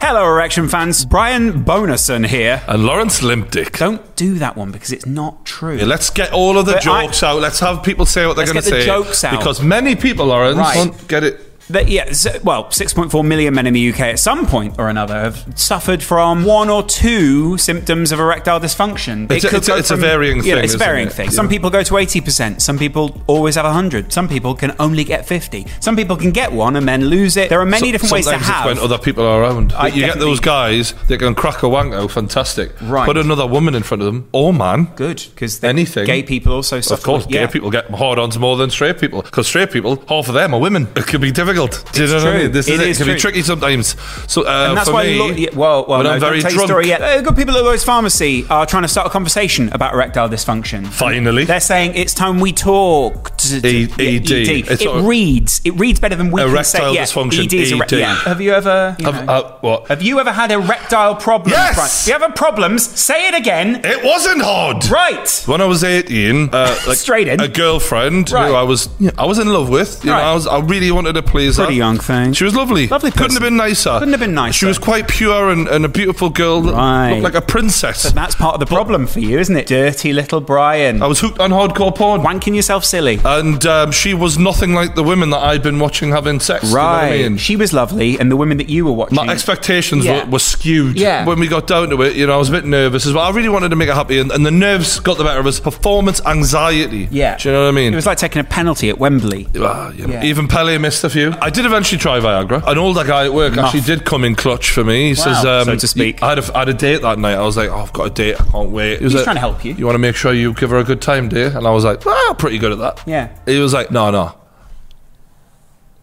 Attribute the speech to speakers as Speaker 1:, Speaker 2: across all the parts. Speaker 1: Hello, Erection fans. Brian Bonason here.
Speaker 2: And Lawrence Limpdick.
Speaker 1: Don't do that one because it's not true.
Speaker 2: Yeah, let's get all of the
Speaker 1: But I-
Speaker 2: jokes out. Let's have people say what they're
Speaker 1: Let's
Speaker 2: going to
Speaker 1: get the
Speaker 2: say.
Speaker 1: jokes out.
Speaker 2: Because many people, Lawrence,
Speaker 1: Right.
Speaker 2: won't get it.
Speaker 1: That- yeah, s- well, 6.4 million men in the UK at some point or another have suffered from one or two symptoms of erectile dysfunction.
Speaker 2: It's a-
Speaker 1: could
Speaker 2: it's a-
Speaker 1: go
Speaker 2: it's a varying
Speaker 1: yeah,
Speaker 2: thing,
Speaker 1: It's a
Speaker 2: isn't
Speaker 1: varying
Speaker 2: it?
Speaker 1: thing.
Speaker 2: Yeah.
Speaker 1: Some people go to 80%. Some people always have 100. Some people can only get 50. Some people can get one and then lose it. There are many
Speaker 2: So-
Speaker 1: different ways
Speaker 2: sometimes
Speaker 1: to
Speaker 2: it's
Speaker 1: have.
Speaker 2: when other people are around.
Speaker 1: I
Speaker 2: you get
Speaker 1: definitely-
Speaker 2: those guys that can crack a wank out, fantastic.
Speaker 1: Right.
Speaker 2: Put another woman in front of them. Oh, man.
Speaker 1: Good, because
Speaker 2: Anything.
Speaker 1: gay people also suffer.
Speaker 2: Of course,
Speaker 1: yeah.
Speaker 2: gay people get hard ons more than straight people because straight people, half of them are women. It can be difficult. Do you know what
Speaker 1: true.
Speaker 2: I mean? This
Speaker 1: It
Speaker 2: is it.
Speaker 1: is
Speaker 2: can
Speaker 1: true.
Speaker 2: be tricky sometimes. So, uh,
Speaker 1: And that's
Speaker 2: for
Speaker 1: why,
Speaker 2: me,
Speaker 1: lo- yeah, well, well,
Speaker 2: when
Speaker 1: no,
Speaker 2: I'm
Speaker 1: don't
Speaker 2: very
Speaker 1: tell your
Speaker 2: drunk,
Speaker 1: story yet. Uh, good people at Lloyd's Pharmacy are trying to start a conversation about erectile dysfunction.
Speaker 2: Finally.
Speaker 1: they're saying it's time we talk.
Speaker 2: E-
Speaker 1: Yeah,
Speaker 2: ED. It's
Speaker 1: It
Speaker 2: sort of-
Speaker 1: reads. It reads better than we can say.
Speaker 2: Erectile
Speaker 1: Yeah,
Speaker 2: dysfunction, E
Speaker 1: ED is erect-
Speaker 2: ED.
Speaker 1: yeah. Have you ever? you
Speaker 2: I've-
Speaker 1: know.
Speaker 2: I- what?
Speaker 1: have you ever had erectile problems?
Speaker 2: uh, Yes!
Speaker 1: Brian? If you ever problems, say it again.
Speaker 2: It wasn't hard.
Speaker 1: Right.
Speaker 2: When I was 18, uh, like
Speaker 1: Straight in.
Speaker 2: a girlfriend
Speaker 1: Right.
Speaker 2: who I was yeah, I was in love with. You
Speaker 1: Right.
Speaker 2: know, I, was, I really wanted to please her.
Speaker 1: Pretty young thing.
Speaker 2: She was lovely.
Speaker 1: Lovely
Speaker 2: Couldn't
Speaker 1: person.
Speaker 2: have been nicer.
Speaker 1: Couldn't have been nicer.
Speaker 2: She was quite pure and, and a beautiful girl. that
Speaker 1: Right.
Speaker 2: Looked like a princess.
Speaker 1: That's part of the problem for you, isn't it? Dirty little Brian,
Speaker 2: I was hooked on hardcore porn.
Speaker 1: wanking yourself silly.
Speaker 2: And um, she was nothing like the women that I'd been watching having sex. you know what I
Speaker 1: right.
Speaker 2: mean?
Speaker 1: She was lovely, and the women that you were watching.
Speaker 2: My expectations
Speaker 1: Yeah.
Speaker 2: were, were skewed.
Speaker 1: Yeah.
Speaker 2: When we got down to it, you know, I was a bit nervous as well. I really wanted to make her happy, and, and the nerves got the better of us. Performance anxiety.
Speaker 1: Yeah.
Speaker 2: Do you know what I mean?
Speaker 1: It was like taking a penalty at Wembley.
Speaker 2: Ah, you know,
Speaker 1: Yeah.
Speaker 2: Even Pele missed a few. I did eventually try Viagra. An older guy at work actually did come in clutch for me. He says, um,
Speaker 1: So to speak.
Speaker 2: I had, a, I had a date that night. I was like, oh, I've got a date. I can't wait. He was
Speaker 1: He's
Speaker 2: like,
Speaker 1: trying to help you.
Speaker 2: You want to make sure you give her a good time, dear? And I was like, ah, pretty good at that.
Speaker 1: Yeah.
Speaker 2: He was like, no, no.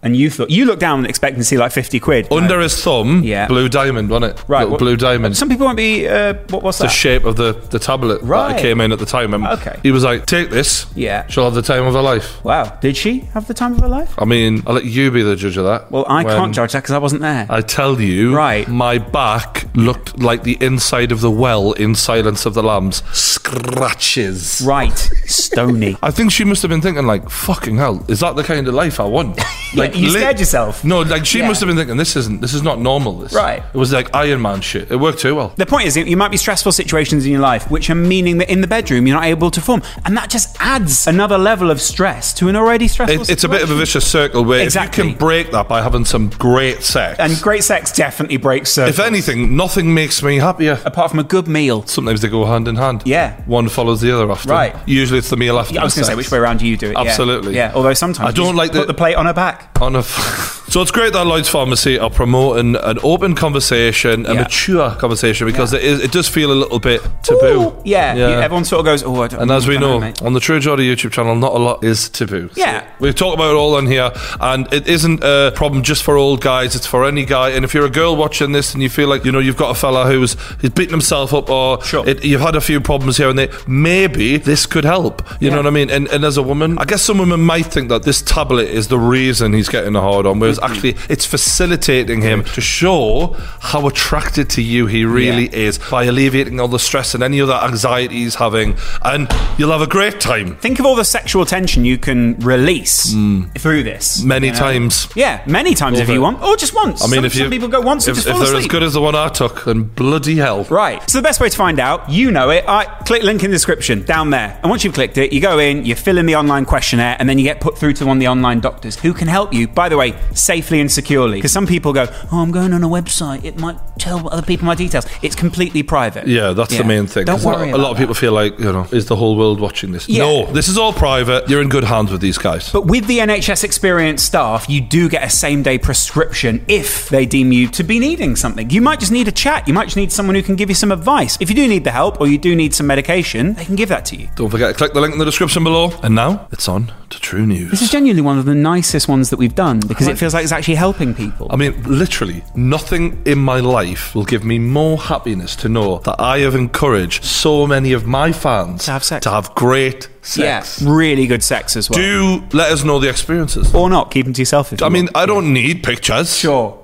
Speaker 1: And you thought you looked down expecting to see like fifty quid. No.
Speaker 2: Under his thumb,
Speaker 1: Yeah.
Speaker 2: blue diamond, wasn't it?
Speaker 1: Right,
Speaker 2: Little
Speaker 1: what-
Speaker 2: blue diamond.
Speaker 1: Some people won't be. Uh, what was
Speaker 2: the
Speaker 1: that?
Speaker 2: shape of the, the tablet that
Speaker 1: Right.
Speaker 2: I came in at the time. And
Speaker 1: Okay.
Speaker 2: He was like, take this.
Speaker 1: Yeah.
Speaker 2: She'll have the time of her life.
Speaker 1: wow. Did she have the time of her life?
Speaker 2: I mean, I'll let you be the judge of that.
Speaker 1: Well, I
Speaker 2: When-
Speaker 1: can't judge that because I wasn't there.
Speaker 2: I tell you,
Speaker 1: Right.
Speaker 2: My back looked like the inside of the well in Silence of the Lambs. Scratches.
Speaker 1: right. Stony.
Speaker 2: I think she must have been thinking, like, fucking hell, is that the kind of life I want? Like,
Speaker 1: you scared yourself.
Speaker 2: No, like she
Speaker 1: Yeah.
Speaker 2: must have been thinking, this isn't, this is not normal. This,
Speaker 1: Right.
Speaker 2: It was like Iron Man shit. It worked too well.
Speaker 1: The point is, you might be stressful situations in your life, which are meaning that in the bedroom you're not able to form, and that just adds another level of stress to an already stressful.
Speaker 2: It, it's a bit of a
Speaker 1: situation.
Speaker 2: vicious circle where if
Speaker 1: Exactly.
Speaker 2: you can break that by having some great sex,
Speaker 1: And great sex definitely breaks. circles.
Speaker 2: if anything, nothing makes me happier.
Speaker 1: apart from a good meal.
Speaker 2: Sometimes they go hand in hand.
Speaker 1: Yeah.
Speaker 2: One follows the other often.
Speaker 1: Right.
Speaker 2: Usually it's the meal after.
Speaker 1: Yeah, I was
Speaker 2: the
Speaker 1: going to say
Speaker 2: sex.
Speaker 1: which way around you do it. yeah.
Speaker 2: Absolutely.
Speaker 1: Yeah. Although sometimes
Speaker 2: I
Speaker 1: you
Speaker 2: don't
Speaker 1: just
Speaker 2: like
Speaker 1: put
Speaker 2: the-
Speaker 1: the plate on her back.
Speaker 2: on a f- so it's great that Lloyd's Pharmacy are promoting an open conversation, a
Speaker 1: Yeah.
Speaker 2: mature conversation, because it, is, it does feel a little bit taboo.
Speaker 1: Ooh, yeah, you- everyone sort of goes, oh, I don't
Speaker 2: and as we
Speaker 1: don't know,
Speaker 2: know,
Speaker 1: mate."
Speaker 2: on the True Geordie YouTube channel, not a lot is taboo. So
Speaker 1: Yeah.
Speaker 2: we've talked about it all on here, and it isn't a problem just for old guys, it's for any guy. And if you're a girl watching this and you feel like, you know, you've got a fella who's he's beating himself up or
Speaker 1: Sure.
Speaker 2: it, you've had a few problems here and there, maybe this could help.
Speaker 1: Yeah.
Speaker 2: You know what I mean? And, and as a woman, I guess some women might think that this tablet is the reason he's getting a hard on,
Speaker 1: Mm-hmm.
Speaker 2: whereas actually it's facilitating him to show how attracted to you he really
Speaker 1: Yeah.
Speaker 2: is by alleviating all the stress and any other anxiety he's having, and you'll have a great time
Speaker 1: Think of all the sexual tension you can release through this.
Speaker 2: Mm. many
Speaker 1: you know?
Speaker 2: times.
Speaker 1: Yeah, many times if
Speaker 2: it.
Speaker 1: you want, or just once.
Speaker 2: I mean,
Speaker 1: some,
Speaker 2: if you
Speaker 1: some people go once
Speaker 2: if,
Speaker 1: and just
Speaker 2: if
Speaker 1: fall
Speaker 2: they're as
Speaker 1: asleep.
Speaker 2: good as the one I took, then bloody hell,
Speaker 1: Right. So the best way to find out, you know it. I click link in the description down there. And once you've clicked it, you go in, you fill in the online questionnaire, and then you get put through to one of the online doctors who can help you, by the way, safely and securely. Because some people go, Oh, I'm going on a website, it might tell other people my details. It's completely private.
Speaker 2: Yeah, that's the main thing.
Speaker 1: Don't
Speaker 2: 'Cause a lot-
Speaker 1: worry.
Speaker 2: a lot of people feel like, you know, is the whole world watching this?
Speaker 1: Yeah.
Speaker 2: No, this is all private. You're in good hands with these guys.
Speaker 1: But with the NHS experience staff, you do get a same day prescription if they deem you to be needing something. You might just need a chat. You might just need someone who can give you some advice. If you do need the help or you do need some medication, they can give that to you.
Speaker 2: Don't forget to click the link in the description below. And now it's on to True
Speaker 1: This is
Speaker 2: News.
Speaker 1: genuinely one of the nicest ones that we've done because it feels like it's actually helping people.
Speaker 2: I mean, literally, nothing in my life will give me more happiness to know that I have encouraged so many of my fans
Speaker 1: To have sex.
Speaker 2: to have great sex.
Speaker 1: Yeah, really good sex as well.
Speaker 2: Do let us know the experiences.
Speaker 1: or not, keep them to yourself. If
Speaker 2: I
Speaker 1: you
Speaker 2: mean,
Speaker 1: want.
Speaker 2: I don't need pictures.
Speaker 1: sure.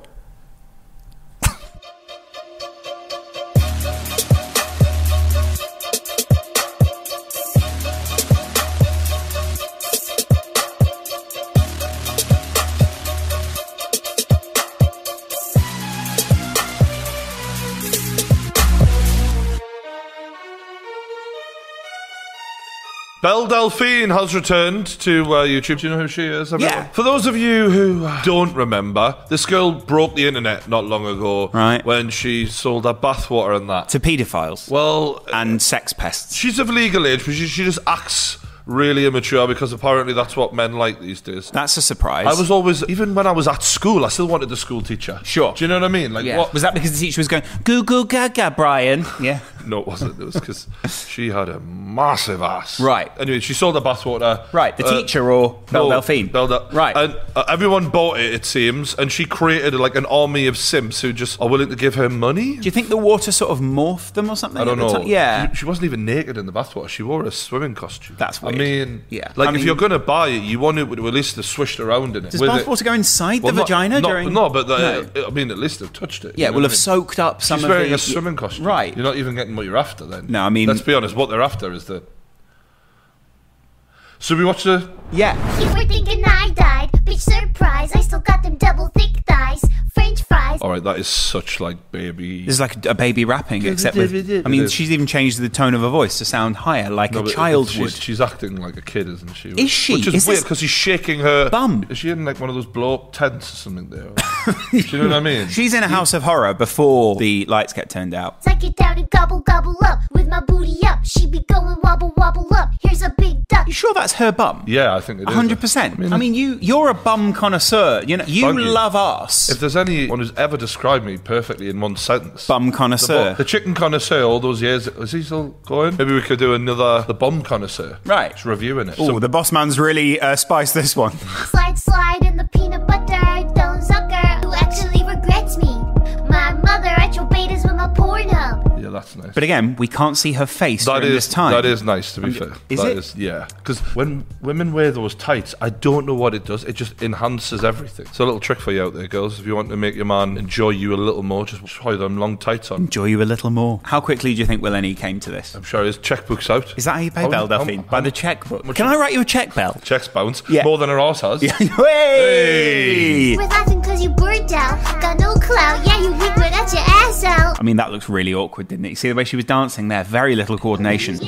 Speaker 2: Belle Delphine has returned to uh, YouTube. Do you know who she is? everyone?
Speaker 1: Yeah.
Speaker 2: For those of you who don't remember, this girl broke the internet not long ago.
Speaker 1: Right.
Speaker 2: When she sold her bathwater and that.
Speaker 1: to paedophiles
Speaker 2: Well,
Speaker 1: and sex pests.
Speaker 2: she's of legal age, but she, she just acts really immature because apparently that's what men like these days.
Speaker 1: That's a surprise.
Speaker 2: I was always, even when I was at school, I still wanted the school teacher.
Speaker 1: Sure.
Speaker 2: Do you know what I mean? Like,
Speaker 1: Yeah.
Speaker 2: what?
Speaker 1: Was that because the teacher was going goo goo gaga, Brian? Yeah.
Speaker 2: No, it wasn't. It was because she had a massive ass.
Speaker 1: Right.
Speaker 2: Anyway, she sold the bathwater.
Speaker 1: Right, the
Speaker 2: uh,
Speaker 1: teacher or Belle Delphine?
Speaker 2: Belle Del-
Speaker 1: Right.
Speaker 2: And uh, everyone bought it, it seems, and she created like an army of simps who just are willing to give her money.
Speaker 1: Do you think the water sort of morphed them or something?
Speaker 2: I don't
Speaker 1: at the
Speaker 2: know.
Speaker 1: time? Yeah.
Speaker 2: She, she wasn't even naked in the bathwater. She wore a swimming costume.
Speaker 1: That's weird.
Speaker 2: I mean,
Speaker 1: Yeah.
Speaker 2: Like,
Speaker 1: I
Speaker 2: if
Speaker 1: mean-
Speaker 2: you're going to buy it, you want it with at least the swished around in it.
Speaker 1: Does
Speaker 2: with
Speaker 1: bathwater
Speaker 2: it.
Speaker 1: go inside the
Speaker 2: not-
Speaker 1: vagina
Speaker 2: not,
Speaker 1: during?
Speaker 2: No, but the, I mean, at least they've touched it.
Speaker 1: yeah,
Speaker 2: you know
Speaker 1: will have
Speaker 2: what I mean?
Speaker 1: soaked up some
Speaker 2: She's
Speaker 1: of
Speaker 2: wearing
Speaker 1: the
Speaker 2: a swimming costume.
Speaker 1: Right.
Speaker 2: You're not even getting what you're after then.
Speaker 1: No, I mean-
Speaker 2: Let's be honest, what they're after is the. So we watch the.
Speaker 1: yeah.
Speaker 3: You were thinking I died. Bitch, surprise, I still got them double thick thighs. French fries.
Speaker 2: Alright, that is such like baby.
Speaker 1: This is like a baby rapping, except with. I mean,
Speaker 2: It is.
Speaker 1: she's even changed the tone of her voice to sound higher, like
Speaker 2: No,
Speaker 1: a
Speaker 2: but
Speaker 1: child
Speaker 2: she's,
Speaker 1: would.
Speaker 2: She's acting like a kid, isn't she?
Speaker 1: Is she?
Speaker 2: Which is,
Speaker 1: Is
Speaker 2: weird
Speaker 1: this-
Speaker 2: because he's shaking her
Speaker 1: Bum.
Speaker 2: Is she in like one of those blow up tents or something there? Do you know what I mean?
Speaker 1: She's in a house of horror before the lights get turned out.
Speaker 3: Suck it down and gobble gobble up with my booty up. She be going wobble wobble up. Here's a big duck.
Speaker 1: You sure that's her bum?
Speaker 2: yeah, I think it is.
Speaker 1: hundred percent. I mean, you you're a bum connoisseur. You know, you
Speaker 2: Buggy.
Speaker 1: love us.
Speaker 2: if there's anyone who's ever described me perfectly in one sentence,
Speaker 1: bum
Speaker 2: The, bo-
Speaker 1: connoisseur.
Speaker 2: the chicken connoisseur, all those years, is he still going? Maybe we could do another The Bomb Connoisseur.
Speaker 1: Right.
Speaker 2: Just reviewing it.
Speaker 1: Oh, the boss man's really uh, spiced this one.
Speaker 3: Slide slide in the peanut butter. Don't sucker who actually regrets me. My mother at your betas with my porn hub.
Speaker 2: So- yeah, that's nice.
Speaker 1: But again, we can't see her face
Speaker 2: that
Speaker 1: during
Speaker 2: is,
Speaker 1: this time.
Speaker 2: that is nice, to be fair.
Speaker 1: is
Speaker 2: That
Speaker 1: it?
Speaker 2: yeah. Because when women wear those tights, I don't know what it does. It just enhances everything. So, a little trick for you out there, girls. If you want to make your man enjoy you a little more, just try them long tights on.
Speaker 1: Enjoy you a little more. How quickly do you think Willeni came to this?
Speaker 2: I'm sure his checkbook's out.
Speaker 1: Is that how you pay
Speaker 2: How-
Speaker 1: Bell,
Speaker 2: how-
Speaker 1: Delphine?
Speaker 2: how
Speaker 1: By the
Speaker 2: much-
Speaker 1: checkbook.
Speaker 2: much-
Speaker 1: Can I write you a check, Bell?
Speaker 2: Checks bounce.
Speaker 1: Yeah.
Speaker 2: More than her arse has.
Speaker 1: Hey!
Speaker 3: We're laughing cause you burned out. Got no clout. Yeah, you weak, but that's your ass out.
Speaker 1: I mean, that looks really awkward, didn't it? You see the way she was dancing there? Very little coordination.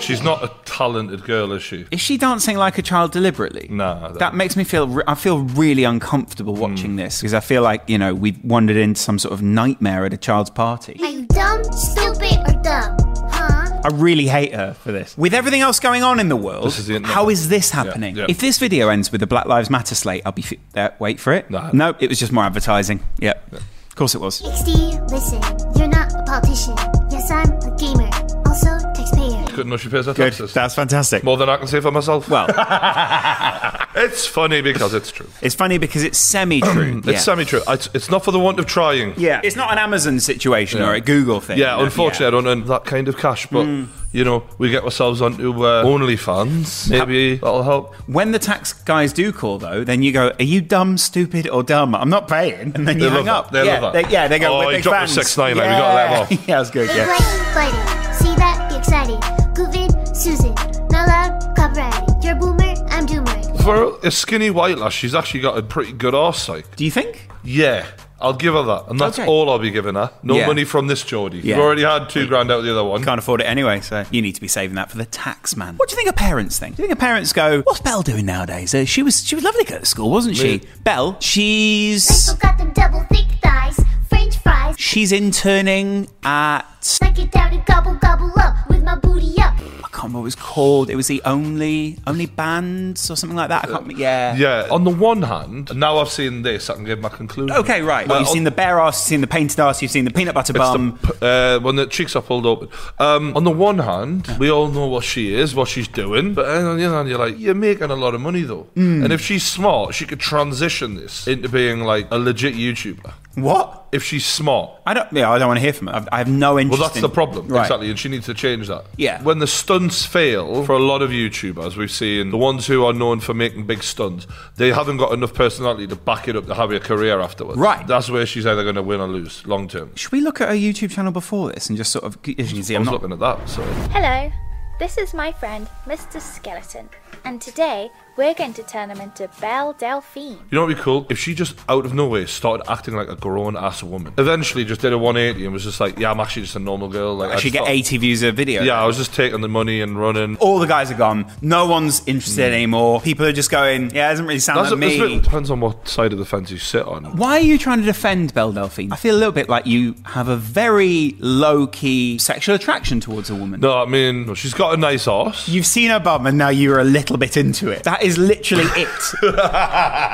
Speaker 2: She's not a talented girl, is she?
Speaker 1: Is she dancing like a child deliberately?
Speaker 2: Nah, that-
Speaker 1: That makes me feel, re- I feel really uncomfortable watching this because I feel like, you know, we've wandered into some sort of nightmare at a child's party.
Speaker 3: Are you dumb, stupid, or dumb? Huh?
Speaker 1: I really hate her for this. With everything else going on in the world,
Speaker 2: This is the internet.
Speaker 1: how is this happening?
Speaker 2: Yeah, yeah.
Speaker 1: If this video ends with the Black Lives Matter slate, I'll be f- uh, wait for it.
Speaker 2: Nah.
Speaker 1: Nope, it was just more advertising. Yep. Of course it was.
Speaker 3: 60, listen, you're not a politician. Yes, I'm a gamer, also taxpayer.
Speaker 2: Couldn't know she pays her
Speaker 1: Good.
Speaker 2: taxes.
Speaker 1: That's fantastic.
Speaker 2: More than I can say for myself.
Speaker 1: Well,
Speaker 2: It's funny because it's true.
Speaker 1: it's funny because it's semi-true.
Speaker 2: It's semi true. It's, it's not for the want of trying.
Speaker 1: Yeah. It's not an Amazon situation or a Google thing.
Speaker 2: Yeah,
Speaker 1: No,
Speaker 2: unfortunately, I don't earn that kind of cash, but
Speaker 1: Hmm.
Speaker 2: you know, we get ourselves onto uh, OnlyFans. Maybe that'll help.
Speaker 1: When the tax guys do call, though, then you go, "Are you dumb, stupid, or dumb? I'm not paying." And then you
Speaker 2: They love
Speaker 1: hang
Speaker 2: that.
Speaker 1: up.
Speaker 2: They
Speaker 1: yeah,
Speaker 2: love
Speaker 1: They,
Speaker 2: that.
Speaker 1: yeah, they go.
Speaker 2: Oh,
Speaker 1: we're
Speaker 2: he
Speaker 1: big
Speaker 2: dropped the
Speaker 1: fans.
Speaker 2: 6ix9ine, like, we
Speaker 1: yeah.
Speaker 2: gotta let him
Speaker 1: yeah, that was good.
Speaker 3: Good
Speaker 1: Yeah.
Speaker 3: lighting, fighting. See that? Be excited. Goofing, Susan. Not loud, copyrighted. You're a boomer, I'm doomer.
Speaker 2: For a skinny white lass, she's actually got a pretty good arse like.
Speaker 1: Do you think?
Speaker 2: Yeah, I'll give her that, and that's
Speaker 1: Okay.
Speaker 2: all I'll be giving her. No
Speaker 1: Yeah.
Speaker 2: money from this Geordie.
Speaker 1: Yeah.
Speaker 2: You've already had two grand out of the other one.
Speaker 1: Can't afford it anyway, so you need to be saving that for the tax man. What do you think of parents think? Do you think of parents go, "What's Belle doing nowadays? Uh, she was she was lovely at school, wasn't she?
Speaker 2: Me.
Speaker 1: Belle,
Speaker 3: I still
Speaker 1: she's
Speaker 3: got them double thick thighs, french fries.
Speaker 1: she's interning at
Speaker 3: Suck it down and gobble, gobble up with my booty up.
Speaker 1: I can't remember what it was called. It was the only only bands or something like that. I can't. remember. Yeah.
Speaker 2: Yeah. On the one hand, now I've seen this, I can give my conclusion.
Speaker 1: Okay, right. Well,
Speaker 2: Uh,
Speaker 1: you've
Speaker 2: on-
Speaker 1: seen the bare ass, you've seen the painted ass, you've seen the peanut butter
Speaker 2: It's
Speaker 1: bum.
Speaker 2: the, p- uh, when the cheeks are pulled open. Um, on the one hand, we all know what she is, what she's doing, but then on the other hand, you're like, you're making a lot of money though.
Speaker 1: Hmm.
Speaker 2: And if she's smart, she could transition this into being like a legit YouTuber.
Speaker 1: what?
Speaker 2: If she's smart.
Speaker 1: I don't. Yeah, I don't want to hear from her. I've, I have no interest.
Speaker 2: Well, that's
Speaker 1: in-
Speaker 2: the problem,
Speaker 1: Right.
Speaker 2: exactly, and she needs to change that.
Speaker 1: Yeah.
Speaker 2: When the stunts fail for a lot of YouTubers, we've seen the ones who are known for making big stunts, they haven't got enough personality to back it up to have a career afterwards.
Speaker 1: Right.
Speaker 2: That's where she's either going to win or lose long term.
Speaker 1: Should we look at her YouTube channel before this and just sort of? As you can see,
Speaker 2: I
Speaker 1: I'm
Speaker 2: was
Speaker 1: not.
Speaker 2: looking at that, so.
Speaker 4: Hello, this is my friend Mr. Skeleton, and today We're going to turn him into Belle Delphine.
Speaker 2: You know what'd be cool? If she just out of nowhere started acting like a grown ass woman. Eventually just did a 180 and was just like, yeah, I'm actually just a normal girl. Like, I
Speaker 1: Actually,
Speaker 2: just
Speaker 1: get Oh,
Speaker 2: thought-
Speaker 1: 80 views a video.
Speaker 2: Yeah, I was just taking the money and running.
Speaker 1: All the guys are gone. No one's interested anymore. People are just going, yeah, it doesn't really sound
Speaker 2: Hmm. That's
Speaker 1: like
Speaker 2: a, that's a
Speaker 1: me.
Speaker 2: bit, depends on what side of the fence you sit on.
Speaker 1: Why are you trying to defend Belle Delphine? I feel a little bit like you have a very low key sexual attraction towards a woman.
Speaker 2: No, I mean, she's got a nice ass.
Speaker 1: You've seen her bum and now you're a little bit into it. That is literally it. and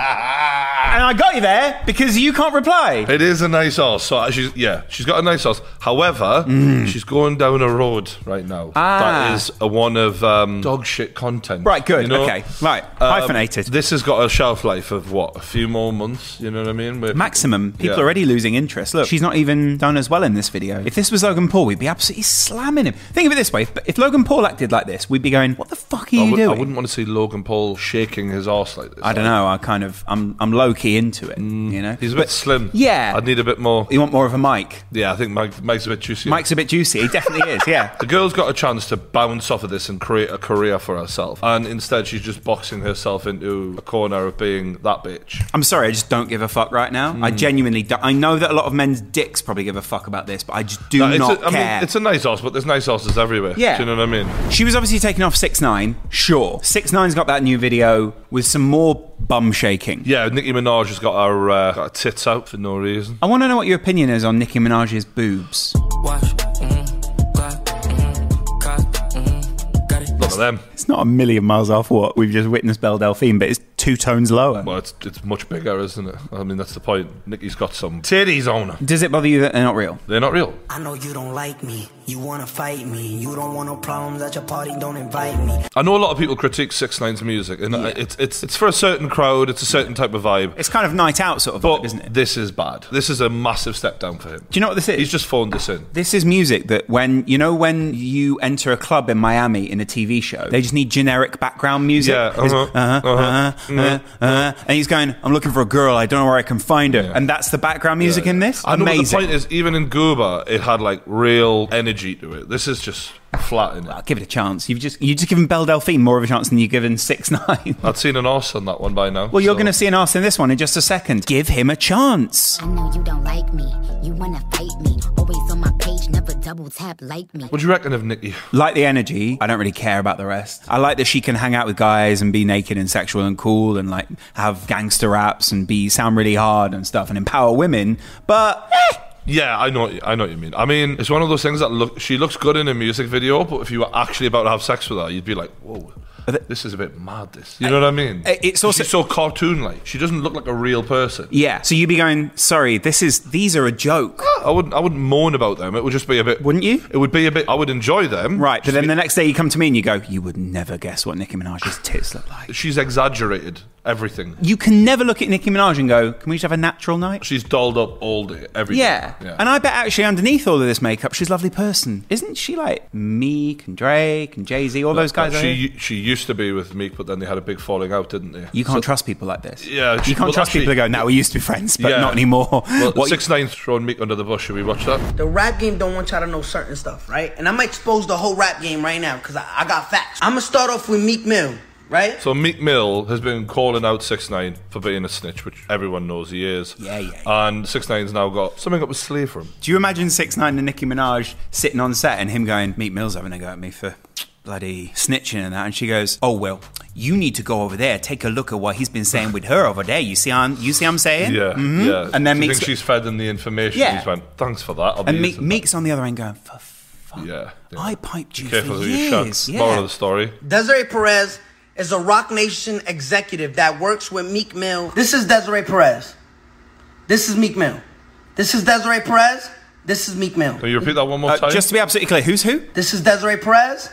Speaker 1: I got you there because you can't reply.
Speaker 2: It is a nice ass. So uh, she's yeah, she's got a nice ass. However, she's going down a road right now
Speaker 1: Ah.
Speaker 2: that is a one of um, dog shit content.
Speaker 1: Right, good, okay, right,
Speaker 2: Um,
Speaker 1: hyphenated.
Speaker 2: This has got a shelf life of what a few more months. You know what I mean? Where-
Speaker 1: Maximum. People
Speaker 2: Yeah.
Speaker 1: are already losing interest. Look, she's not even done as well in this video. If this was Logan Paul, we'd be absolutely slamming him. Think of it this way: if, if Logan Paul acted like this, we'd be going, "What the fuck are
Speaker 2: I
Speaker 1: you
Speaker 2: would- I
Speaker 1: doing?"
Speaker 2: wouldn't want to see Logan Paul shaking his ass like this.
Speaker 1: I don't know. I kind of, I'm, I'm low key into it. You know,
Speaker 2: Mm. He's a bit
Speaker 1: But-
Speaker 2: slim.
Speaker 1: Yeah,
Speaker 2: I'd need a bit more.
Speaker 1: you want more of a mic.
Speaker 2: Yeah, I think Mike, Mike's a bit juicy.
Speaker 1: Mike's a bit juicy. He definitely is. Yeah.
Speaker 2: The girl's got a chance to bounce off of this and create a career for herself, and instead she's just boxing herself into a corner of being that bitch.
Speaker 1: I'm sorry, I just don't give a fuck right now.
Speaker 2: Mm.
Speaker 1: I genuinely don't. I know that a lot of men's dicks probably give a fuck about this, but I just do
Speaker 2: No, it's
Speaker 1: not
Speaker 2: a, I
Speaker 1: care.
Speaker 2: mean, it's a nice ass, but there's nice asses everywhere.
Speaker 1: Yeah.
Speaker 2: Do you know what I mean?
Speaker 1: She was obviously taking off six nine. Sure, six nine's got that new video with some more bum shaking.
Speaker 2: Yeah, Nicki Minaj has got her, uh, got her tits out for no reason.
Speaker 1: I want to know what your opinion is on Nicki Minaj's boobs.
Speaker 5: Watch, mm, clock, mm, cock, mm, got it.
Speaker 2: Look at them.
Speaker 1: It's not a million miles off what we've just witnessed Belle Delphine, but it's two tones lower.
Speaker 2: Well, it's, it's much bigger, isn't it? I mean, that's the point. Nicki's got some titties on her.
Speaker 1: Does it bother you that they're not real?
Speaker 2: They're not real.
Speaker 6: I know you don't like me. You wanna fight me. You don't want no problems at your party. Don't invite me.
Speaker 2: I know a lot of people critique Six Nine's music, and uh, it's it's it's for a certain crowd. It's a certain type of vibe.
Speaker 1: It's kind of night out sort of
Speaker 2: But
Speaker 1: vibe, isn't it?
Speaker 2: this is bad. This is a massive step down for him.
Speaker 1: Do you know what this is?
Speaker 2: He's just phoned this in.
Speaker 1: This is music that when you know when you enter a club in Miami in a TV show, they just need generic background music.
Speaker 2: Yeah,
Speaker 1: It's,
Speaker 2: uh-huh,
Speaker 1: uh-huh,
Speaker 2: uh-huh,
Speaker 1: uh-huh, uh-huh. and he's going, "I'm looking for a girl. I don't know where I can find her."
Speaker 2: Yeah.
Speaker 1: And that's the background music in this.
Speaker 2: I know, but the
Speaker 1: Amazing.
Speaker 2: point is, even in Gooba, it had like real energy to it. This is just flat in it.
Speaker 1: I'll give it a chance. You've just you just given Belle Delphine more of a chance than you've given Six Nine.
Speaker 2: I'd seen an arse on that one by now.
Speaker 1: Well, you're
Speaker 2: so-
Speaker 1: going to see an arse in this one in just a second. Give him a chance.
Speaker 7: I know Oh you don't like me. You wanna fight me. Always on my page, never double tap like me.
Speaker 2: What do you reckon of Nikki?
Speaker 1: Like the energy, I don't really care about the rest. I like that she can hang out with guys and be naked and sexual and cool and like have gangster raps and be sound really hard and stuff and empower women. But eh,
Speaker 2: Yeah, I know, I know what you mean. I mean, it's one of those things that look. She looks good in a music video, but if you were actually about to have sex with her, you'd be like, "Whoa,
Speaker 1: th-
Speaker 2: this is a bit mad." This, you know what I mean?
Speaker 1: I- Eh, it's also-
Speaker 2: she's so cartoon-like. She doesn't look like a real person.
Speaker 1: yeah, so you'd be going, sorry, this is these are a joke,
Speaker 2: I wouldn't, I wouldn't moan about them. It would just be a bit.
Speaker 1: wouldn't you?
Speaker 2: It would be a bit. I would enjoy them.
Speaker 1: Right, but
Speaker 2: Just
Speaker 1: then
Speaker 2: be-
Speaker 1: the next day you come to me and you go, you would never guess what Nicki Minaj's tits look like.
Speaker 2: she's exaggerated everything.
Speaker 1: You can never look at Nicki Minaj and go, can we just have a natural night?
Speaker 2: She's dolled up all day, every day.
Speaker 1: Yeah. And I bet actually underneath all of this makeup, she's a lovely person. Isn't she like Meek and Drake and Jay Z, all those guys? are-
Speaker 2: She she used to be with Meek, but then they had a big falling out, didn't they?
Speaker 1: you can't trust people like this.
Speaker 2: Yeah,
Speaker 1: You can't
Speaker 2: well,
Speaker 1: trust people who
Speaker 2: actually-
Speaker 1: go, no, we used to be friends, but not anymore.
Speaker 2: Well,
Speaker 1: What-
Speaker 2: six nine throwing Meek under the bus. Should we watch that?
Speaker 6: The rap game don't want y'all to know certain stuff, right? And I'm gonna expose the whole rap game right now because I, I got facts. I'm gonna start off with Meek Mill, right?
Speaker 2: So Meek Mill has been calling out Six Nine for being a snitch, which everyone knows he is.
Speaker 1: Yeah, yeah,
Speaker 2: And Six Nine's now got something up his sleeve for him.
Speaker 1: Do you imagine Six Nine and Nicki Minaj sitting on set and him going, Meat Mills having a go at me for bloody snitching and that, and she goes, Oh well, you need to go over there, take a look at what he's been saying with her over there. You see, I'm, you see, I'm saying,
Speaker 2: Yeah,
Speaker 1: Mhm."
Speaker 2: yeah.
Speaker 1: And then
Speaker 2: Do you
Speaker 1: Meek's,
Speaker 2: think she's fed him the information.
Speaker 1: Yeah.
Speaker 2: He's went, thanks for that. I'll be
Speaker 1: and Meek,
Speaker 2: using
Speaker 1: Meek's on the other end going, For fuck,
Speaker 2: Yeah, yeah.
Speaker 1: I piped you
Speaker 2: that. Careful
Speaker 1: for
Speaker 2: who you shut.
Speaker 1: years.
Speaker 2: Moral
Speaker 1: Yeah.
Speaker 2: of the story.
Speaker 6: Desiree Perez is a Rock Nation executive that works with Meek Mill. This is Desiree Perez. This is Meek Mill. This is Desiree Perez. This is Meek Mill.
Speaker 2: Can you repeat that one more
Speaker 1: Uh,
Speaker 2: time?
Speaker 1: just to be absolutely clear, who's who?
Speaker 6: This is Desiree Perez.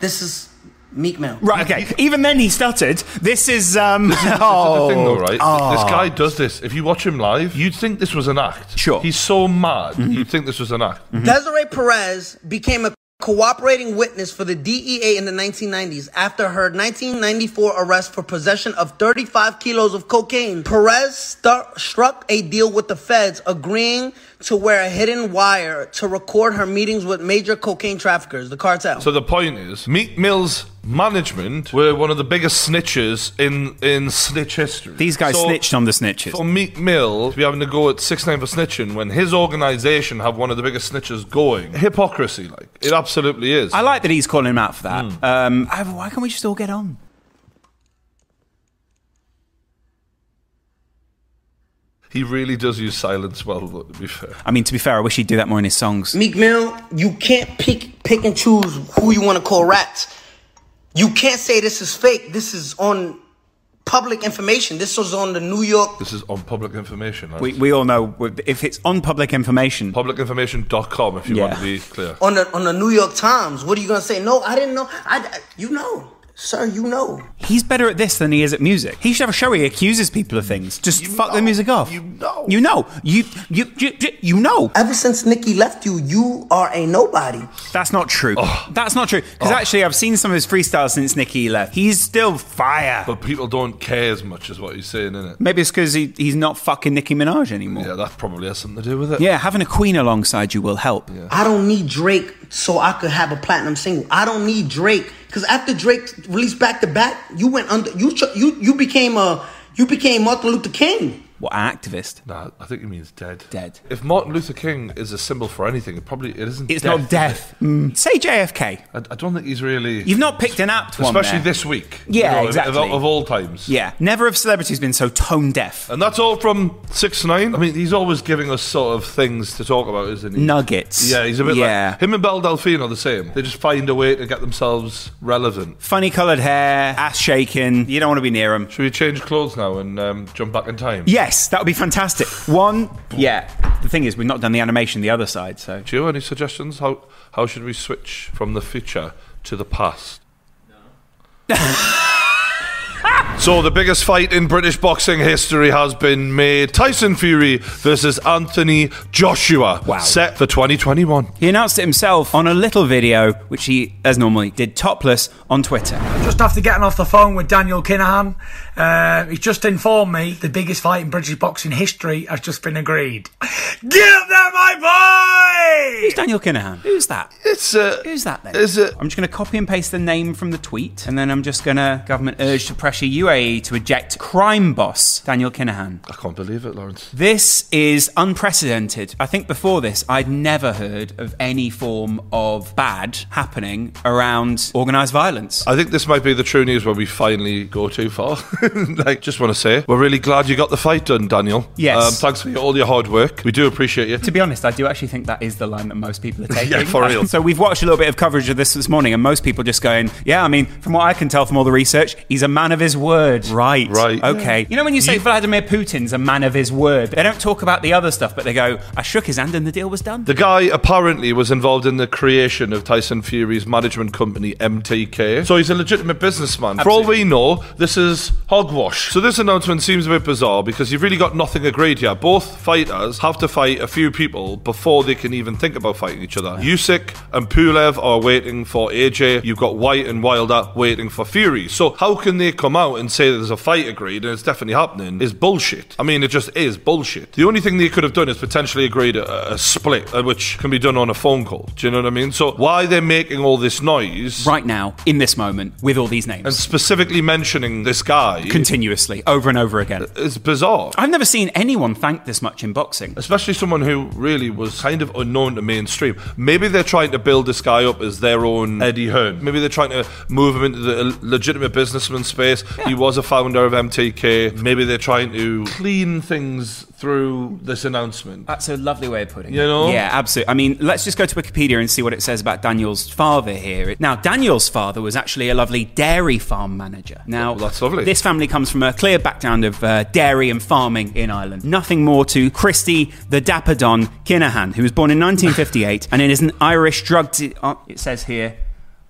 Speaker 6: This is Meek Mill.
Speaker 1: Right, okay. Even then, he stuttered. This is um.
Speaker 2: This
Speaker 1: oh,
Speaker 2: is the thing though, right? This guy does this. If you watch him live, you'd think this was an act.
Speaker 1: Sure. Mm-hmm.
Speaker 2: He's so mad, you'd think this was an act.
Speaker 6: Desiree Perez became a cooperating witness for the DEA in the 1990s after her 1994 arrest for possession of 35 kilos of cocaine. Perez stu- struck a deal with the feds, agreeing to wear a hidden wire to record her meetings with major cocaine traffickers, the cartel.
Speaker 2: So the point is, Meek Mill's management were one of the biggest snitches in in snitch history.
Speaker 1: These guys
Speaker 2: So-
Speaker 1: snitched on the snitches.
Speaker 2: for Meek Mill to be having to go at six nine for snitching when his organisation have one of the biggest snitches going, hypocrisy, like it absolutely is.
Speaker 1: I like that he's calling him out for that.
Speaker 2: Hmm.
Speaker 1: Um, I- why can't we just all get on?
Speaker 2: he really does use silence well, though, to be fair.
Speaker 1: I mean, to be fair, I wish he'd do that more in his songs.
Speaker 6: Meek Mill, you can't pick pick and choose who you want to call rats. You can't say this is fake. This is on public information. This was on the New York
Speaker 2: This is on public information. Right?
Speaker 1: We, we all know if it's on public information,
Speaker 2: Publicinformation.com, if you want
Speaker 1: Yeah.
Speaker 2: to be clear.
Speaker 6: on the on the New York Times. What are you gonna say? No, I didn't know. I I- you know, sir, you know.
Speaker 1: he's better at this than he is at music. He should have a show where he accuses people of things. Just fuck the music off.
Speaker 2: You know.
Speaker 1: You know. You, you, you, you know.
Speaker 6: Ever since Nikki left you, you are a nobody.
Speaker 1: That's not true.
Speaker 2: Oh.
Speaker 1: That's not true. Because actually, I've seen some of his freestyles since Nicki left. He's still fire.
Speaker 2: But people don't care as much as what he's saying, innit?
Speaker 1: Maybe it's because he, he's not fucking Nicki Minaj anymore.
Speaker 2: Yeah,
Speaker 1: Yeah.
Speaker 2: that probably has something to do with it.
Speaker 1: having a queen alongside you will help. Ah,
Speaker 6: I don't need Drake so I could have a platinum single. I don't need Drake because after Drake released Back to Back, you went under. You ch- you you became a you became Martin Luther King.
Speaker 1: What, an activist?
Speaker 2: Nah, I think he means dead.
Speaker 1: Dead.
Speaker 2: If Martin Luther King is a symbol for anything, it probably it isn't.
Speaker 1: It's
Speaker 2: death,
Speaker 1: not
Speaker 2: is
Speaker 1: death. Mm. Say JFK.
Speaker 2: it? I, I don't think he's really.
Speaker 1: You've not picked an apt one.
Speaker 2: especially
Speaker 1: there.
Speaker 2: this week.
Speaker 1: Yeah,
Speaker 2: of-
Speaker 1: exactly.
Speaker 2: Of, of all times.
Speaker 1: Yeah. Never have celebrities been so tone deaf.
Speaker 2: And that's all from six nine. I mean, he's always giving us sort of things to talk about, isn't he?
Speaker 1: Nuggets.
Speaker 2: Yeah, he's a bit
Speaker 1: yeah.
Speaker 2: like him and Belle Delphine are the same. They just find a way to get themselves relevant.
Speaker 1: Funny coloured hair, ass shaking. You don't want to be near him.
Speaker 2: Should we change clothes now and um, jump back in time?
Speaker 1: Yes, that would be fantastic. One, yeah. The thing is, we've not done the animation the other side, so.
Speaker 2: Do you have any suggestions? How how should we switch from the future to the past? So the biggest fight in British boxing history has been made: Tyson Fury versus Anthony Joshua,
Speaker 1: Wow.
Speaker 2: set for 2021.
Speaker 1: He announced it himself on a little video, which he, as normally, did topless on Twitter.
Speaker 8: Just after getting off the phone with Daniel Kinahan, uh, he's just informed me the biggest fight in British boxing history has just been agreed. Get up there, my boy!
Speaker 1: Who's Daniel Kinahan? Who's that?
Speaker 2: It's uh,
Speaker 1: Who's that then?
Speaker 2: Is it?
Speaker 1: I'm just going to copy and paste the name from the tweet, and then I'm just going to government urge to pressure UAE to eject crime boss Daniel Kinahan.
Speaker 2: I can't believe it, Lawrence.
Speaker 1: This is unprecedented. I think before this, I'd never heard of any form of bad happening around organised violence.
Speaker 2: I think this might be the true news where we finally go too far. like, just want to say, we're really glad you got the fight done, Daniel.
Speaker 1: Yes.
Speaker 2: Um, thanks for your, all your hard work. We do appreciate you.
Speaker 1: To be honest, I do actually think that is the line that most people are taking.
Speaker 2: Yeah, for real.
Speaker 1: So we've watched a little bit of coverage of this this morning, and most people just going, "Yeah, I mean, from what I can tell from all the research, he's a man of his word." Right.
Speaker 2: Right.
Speaker 1: Okay.
Speaker 2: Yeah.
Speaker 1: You know when you say Vladimir Putin's a man of his word, they don't talk about the other stuff, but they go, "I shook his hand and the deal was done."
Speaker 2: The guy apparently was involved in the creation of Tyson Fury's management company, MTK. So he's a legitimate businessman. For all we know, this is hogwash. So this announcement seems a bit bizarre because you've really got nothing agreed here. Both fighters have to fight a few people before they can even think about fighting each other. Usyk and Pulev are waiting for AJ. You've got White and Wilder waiting for Fury. So how can they come out and say that there's a fight agreed and it's definitely happening is bullshit. I mean, it just is bullshit. The only thing they could have done is potentially agreed a, a split, uh, which can be done on a phone call. Do you know what I mean? So why they're making all this noise
Speaker 1: right now, in this moment, with all these names,
Speaker 2: and specifically mentioning this guy
Speaker 1: continuously, over and over again.
Speaker 2: is bizarre.
Speaker 1: I've never seen anyone thanked this much in boxing.
Speaker 2: Especially someone who really was kind of unknown to mainstream. Maybe they're trying to build this guy up as their own Eddie Hearn. Maybe they're trying to move him into the legitimate businessman space. He was a founder of MTK. Maybe they're trying to clean things through this announcement.
Speaker 1: That's a lovely way of putting it.
Speaker 2: You know?
Speaker 1: Yeah, absolutely. I mean, let's just go to Wikipedia and see what it says about Daniel's father here. Now, Daniel's father was actually a lovely dairy farm manager. Now,
Speaker 2: Well, Oh, that's lovely.
Speaker 1: This family comes from a clear background of uh, dairy and farming in Ireland. Nothing more to Christy the Dapper Don Kinahan, who was born in 1958 and is an Irish drug. uh, De- oh, it says here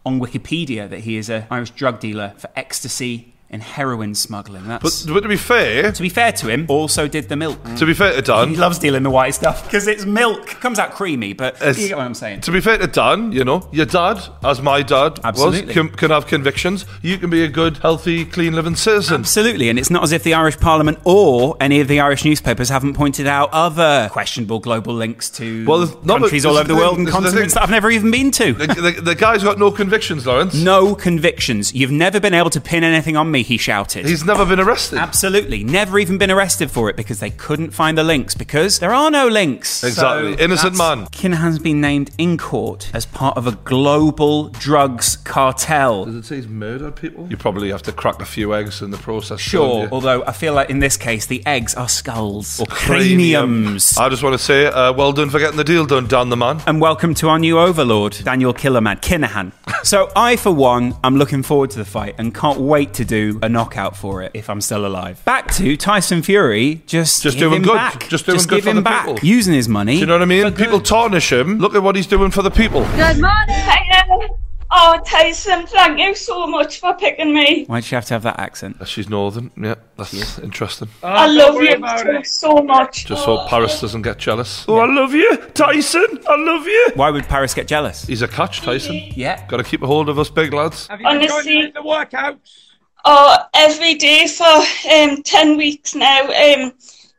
Speaker 1: on Wikipedia that he is an Irish drug dealer for ecstasy in heroin smuggling. That's
Speaker 2: But, but to be fair,
Speaker 1: to be fair to him, also did the milk.
Speaker 2: to be fair to
Speaker 1: He
Speaker 2: Dan,
Speaker 1: loves dealing the white stuff because it's milk. Comes out creamy, but
Speaker 2: It's-
Speaker 1: you get what I'm saying.
Speaker 2: to be fair to Dan, you know, your dad, as my dad
Speaker 1: Absolutely.
Speaker 2: was, can, can have convictions. You can be a good, healthy, clean living citizen.
Speaker 1: Absolutely, and it's not as if the Irish Parliament or any of the Irish newspapers haven't pointed out other questionable global links to
Speaker 2: Well, there's- no, but
Speaker 1: countries
Speaker 2: this
Speaker 1: all
Speaker 2: is
Speaker 1: over the
Speaker 2: the
Speaker 1: world and
Speaker 2: thing, this is the
Speaker 1: continents
Speaker 2: thing.
Speaker 1: that I've never even been to.
Speaker 2: the, the, the guy's got no convictions, Lawrence.
Speaker 1: No convictions. You've never been able to pin anything on me, he shouted.
Speaker 2: He's never been arrested.
Speaker 1: Absolutely. Never even been arrested for it because they couldn't find the links because there are no links.
Speaker 2: Exactly. Innocent
Speaker 1: that's-
Speaker 2: man.
Speaker 1: Kinahan's been named in court as part of a global drugs cartel.
Speaker 2: Does it say he's murdered people? You probably have to crack a few eggs in the process.
Speaker 1: Sure,
Speaker 2: don't you?
Speaker 1: although I feel like in this case the eggs are skulls.
Speaker 2: Or
Speaker 1: craniums.
Speaker 2: I just want to say, uh, well done for getting the deal done, Dan the man.
Speaker 1: And welcome to our new overlord, Daniel Killerman, Kinahan. So I, for one, am looking forward to the fight and can't wait to do a knockout for it if I'm still alive. Back to Tyson Fury, just
Speaker 2: Just
Speaker 1: give
Speaker 2: doing
Speaker 1: him
Speaker 2: good.
Speaker 1: back.
Speaker 2: Just doing good
Speaker 1: give
Speaker 2: for
Speaker 1: him
Speaker 2: the
Speaker 1: back,
Speaker 2: people.
Speaker 1: using his money.
Speaker 2: Do you know what I mean? People tarnish him. Look at what he's doing for the people.
Speaker 9: Good morning.
Speaker 10: Hello. Oh, Tyson, thank you so much for picking me.
Speaker 1: Why'd you have to have that accent?
Speaker 2: She's northern. Yeah, that's interesting.
Speaker 10: I love
Speaker 9: Oh, worry
Speaker 10: you
Speaker 9: about
Speaker 10: so,
Speaker 9: it. Oh,
Speaker 10: so much.
Speaker 2: Just so Paris doesn't get jealous. Oh, I love you, Tyson. I love you.
Speaker 1: Why would Paris get jealous?
Speaker 2: He's a catch, Tyson.
Speaker 1: Yeah.
Speaker 2: Got to keep a hold of us, big lads.
Speaker 9: Have you been
Speaker 10: Honestly.
Speaker 9: going to the workouts?
Speaker 10: Oh, every day for um, 10 weeks now. Um,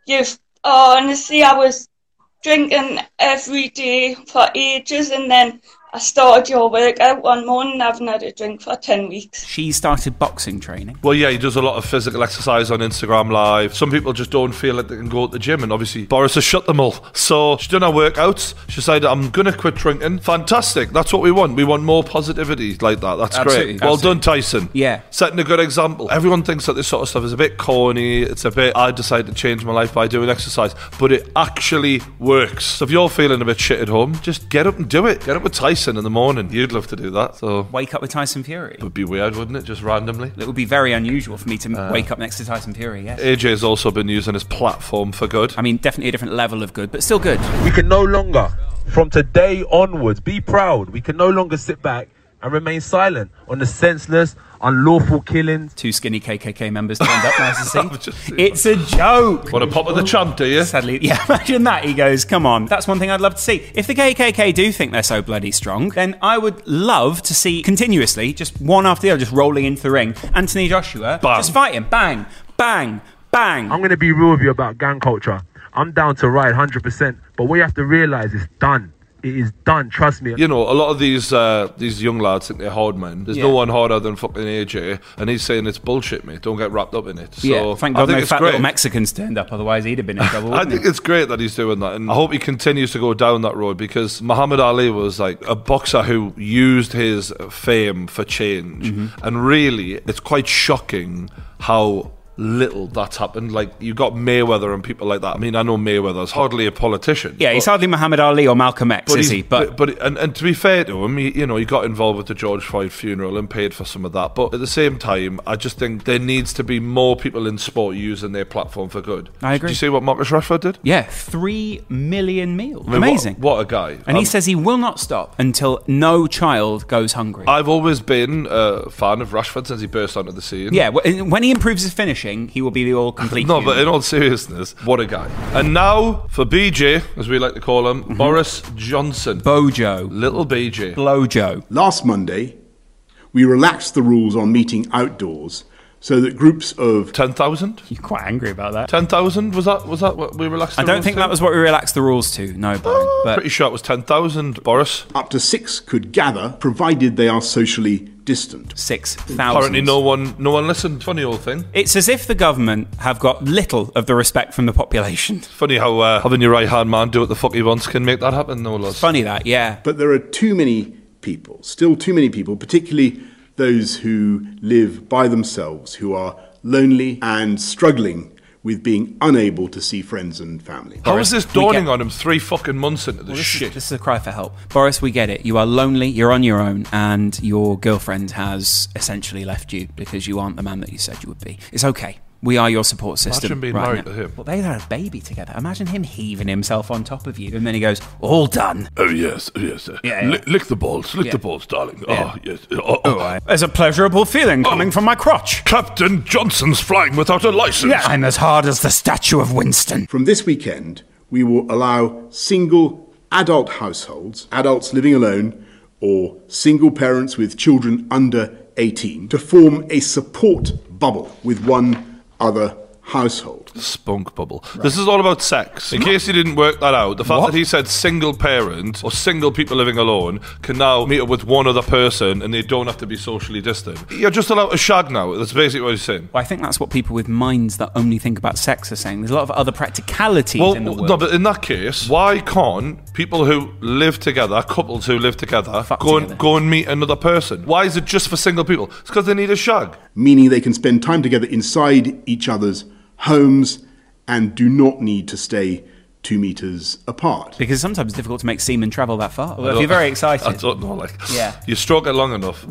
Speaker 10: you've oh, honestly, I was drinking every day for ages, and then I started your workout one morning. I've not had a drink for 10 weeks.
Speaker 1: She started boxing training.
Speaker 2: Well, yeah, he does a lot of physical exercise on Instagram Live. Some people just don't feel that they can go to the gym, and obviously Boris has shut them all. So she's done her workouts. She said, "I'm gonna quit drinking." Fantastic. That's what we want. We want more positivity like that. That's
Speaker 1: Absolutely,
Speaker 2: great. Well
Speaker 1: absolutely.
Speaker 2: done, Tyson.
Speaker 1: Yeah.
Speaker 2: setting a good example. Everyone thinks that this sort of stuff is a bit corny. It's a bit. I decided to change my life by doing exercise, but it actually works. So if you're feeling a bit shit at home, just get up and do it. Get up with Tyson in the morning. You'd love to do that. So.
Speaker 1: Wake up with Tyson Fury.
Speaker 2: Would be weird, wouldn't it? Just randomly.
Speaker 1: It would be very unusual for me to
Speaker 2: Uh,
Speaker 1: wake up next to Tyson Fury, yes.
Speaker 2: AJ's also been using his platform for good.
Speaker 1: I mean, definitely a different level of good, but still good.
Speaker 11: We can no longer, from today onwards, be proud. We can no longer sit back and remain silent on the senseless, unlawful killings.
Speaker 1: Two skinny KKK members turned up, nice
Speaker 2: I've
Speaker 1: to
Speaker 2: just
Speaker 1: see.
Speaker 2: seen
Speaker 1: It's a joke.
Speaker 2: What a pop of the champ, do you?
Speaker 1: oh, Sadly, yeah, imagine that. He goes, come on, that's one thing I'd love to see. If the KKK do think they're so bloody strong, then I would love to see continuously, just one after the other, just rolling into the ring, Anthony Joshua,
Speaker 2: Bang.
Speaker 1: just fight him, bang, bang, bang.
Speaker 11: I'm going to be real with you about gang culture. I'm down to ride 100%, but what you have to realize is done. It is done, trust me.
Speaker 2: You know, a lot of these uh, these young lads think they're hard men. There's no
Speaker 1: Yeah.
Speaker 2: one harder than fucking AJ, and he's saying it's bullshit, mate. Don't get wrapped up in it. So
Speaker 1: yeah, thank
Speaker 2: I
Speaker 1: God
Speaker 2: think
Speaker 1: no
Speaker 2: it's
Speaker 1: fat
Speaker 2: great.
Speaker 1: little Mexicans turned up, otherwise he'd have been in trouble.
Speaker 2: I
Speaker 1: wouldn't
Speaker 2: think
Speaker 1: he?
Speaker 2: it's great that he's doing that, and I hope he continues to go down that road because Muhammad Ali was like a boxer who used his fame for change,
Speaker 1: Mm-hmm.
Speaker 2: and really, it's quite shocking how little that's happened. Like you got Mayweather and people like that. I mean, I know Mayweather's hardly a politician.
Speaker 1: yeah, he's
Speaker 2: but-
Speaker 1: hardly Muhammad Ali or Malcolm X, is
Speaker 2: he's-
Speaker 1: he? But,
Speaker 2: but, and, and to be fair to him, he, you know, he got involved with the George Floyd funeral and paid for some of that. But at the same time, I just think there needs to be more people in sport using their platform for good.
Speaker 1: I agree.
Speaker 2: Do you see what Marcus Rashford did?
Speaker 1: yeah, three million meals.
Speaker 2: I mean, what-
Speaker 1: Amazing.
Speaker 2: What, a guy!
Speaker 1: and he
Speaker 2: Um,
Speaker 1: says he will not stop until no child goes hungry.
Speaker 2: I've always been a fan of Rashford since he burst onto the scene.
Speaker 1: yeah, wh- when he improves his finishing, he will be the all complete.
Speaker 2: No, but in all seriousness, what a guy. And now for BJ, as we like to call him,
Speaker 1: Mm-hmm.
Speaker 2: Boris Johnson.
Speaker 1: Bojo,
Speaker 2: Little BJ.
Speaker 1: Blojo.
Speaker 9: Last Monday, we relaxed the rules on meeting outdoors so that groups of
Speaker 2: 10,000?
Speaker 1: You're quite angry about that.
Speaker 2: 10,000? Was that, was that what we relaxed
Speaker 1: I don't
Speaker 2: everyone
Speaker 1: think
Speaker 2: to?
Speaker 1: that was what we relaxed the rules to. No, Brian.
Speaker 2: Ah, Pretty
Speaker 1: But
Speaker 2: sure it was 10,000, Boris.
Speaker 9: up to six could gather, provided they are socially distant.
Speaker 1: six thousand.
Speaker 2: Apparently, no one, no one listened. Funny old thing.
Speaker 1: It's as if the government have got little of the respect from the population.
Speaker 2: Funny how uh, having your right hand man do what the fuck he wants can make that happen, though, lads.
Speaker 1: Funny that, yeah.
Speaker 9: But there are too many people, still too many people, particularly those who live by themselves, who are lonely and struggling with being unable to see friends and family.
Speaker 2: How is this
Speaker 1: we
Speaker 2: dawning
Speaker 1: get-
Speaker 2: on him three fucking months into this
Speaker 1: Well, this,
Speaker 2: shit?
Speaker 1: Is, this is a cry for help. Boris, we get it. You are lonely, you're on your own, and your girlfriend has essentially left you because you aren't the man that you said you would be. It's okay. We are your support system.
Speaker 2: Imagine being
Speaker 1: right
Speaker 2: married
Speaker 1: now.
Speaker 2: to him.
Speaker 1: Well, they had a baby together. Imagine him heaving himself on top of you, and then he goes, "All done."
Speaker 2: Oh yes, yes. uh,
Speaker 1: Yeah, yeah.
Speaker 2: Lick, lick the balls, lick
Speaker 1: Yeah.
Speaker 2: the balls, darling.
Speaker 1: Yeah.
Speaker 2: Oh yes. Oh, oh.
Speaker 1: There's a pleasurable feeling coming from my crotch.
Speaker 2: Captain Johnson's flying without a license.
Speaker 1: Yeah, I'm as hard as the statue of Winston.
Speaker 9: From this weekend, we will allow single adult households, adults living alone, or single parents with children under 18, to form a support bubble with one other household.
Speaker 2: Spunk bubble. This is all about sex. In case you didn't work that out, the fact that he said single parent or single people living alone can now meet up with one other person and they don't have to be socially distant. You're just allowed to shag now. That's basically what he's saying.
Speaker 1: Well, I think that's what people with minds that only think about sex are saying. There's a lot of other practicalities
Speaker 2: Well,
Speaker 1: in the world.
Speaker 2: no, but in that case, why can't people who live together, couples who live together, go and go and meet another person? Why is it just for single people? It's because they need a shag.
Speaker 9: meaning they can spend time together inside each other's homes and do not need to stay two meters apart.
Speaker 1: because sometimes it's difficult to make semen travel that far. Although if you're very excited,
Speaker 2: I don't know, like
Speaker 1: Yeah.
Speaker 2: you stroke it long enough.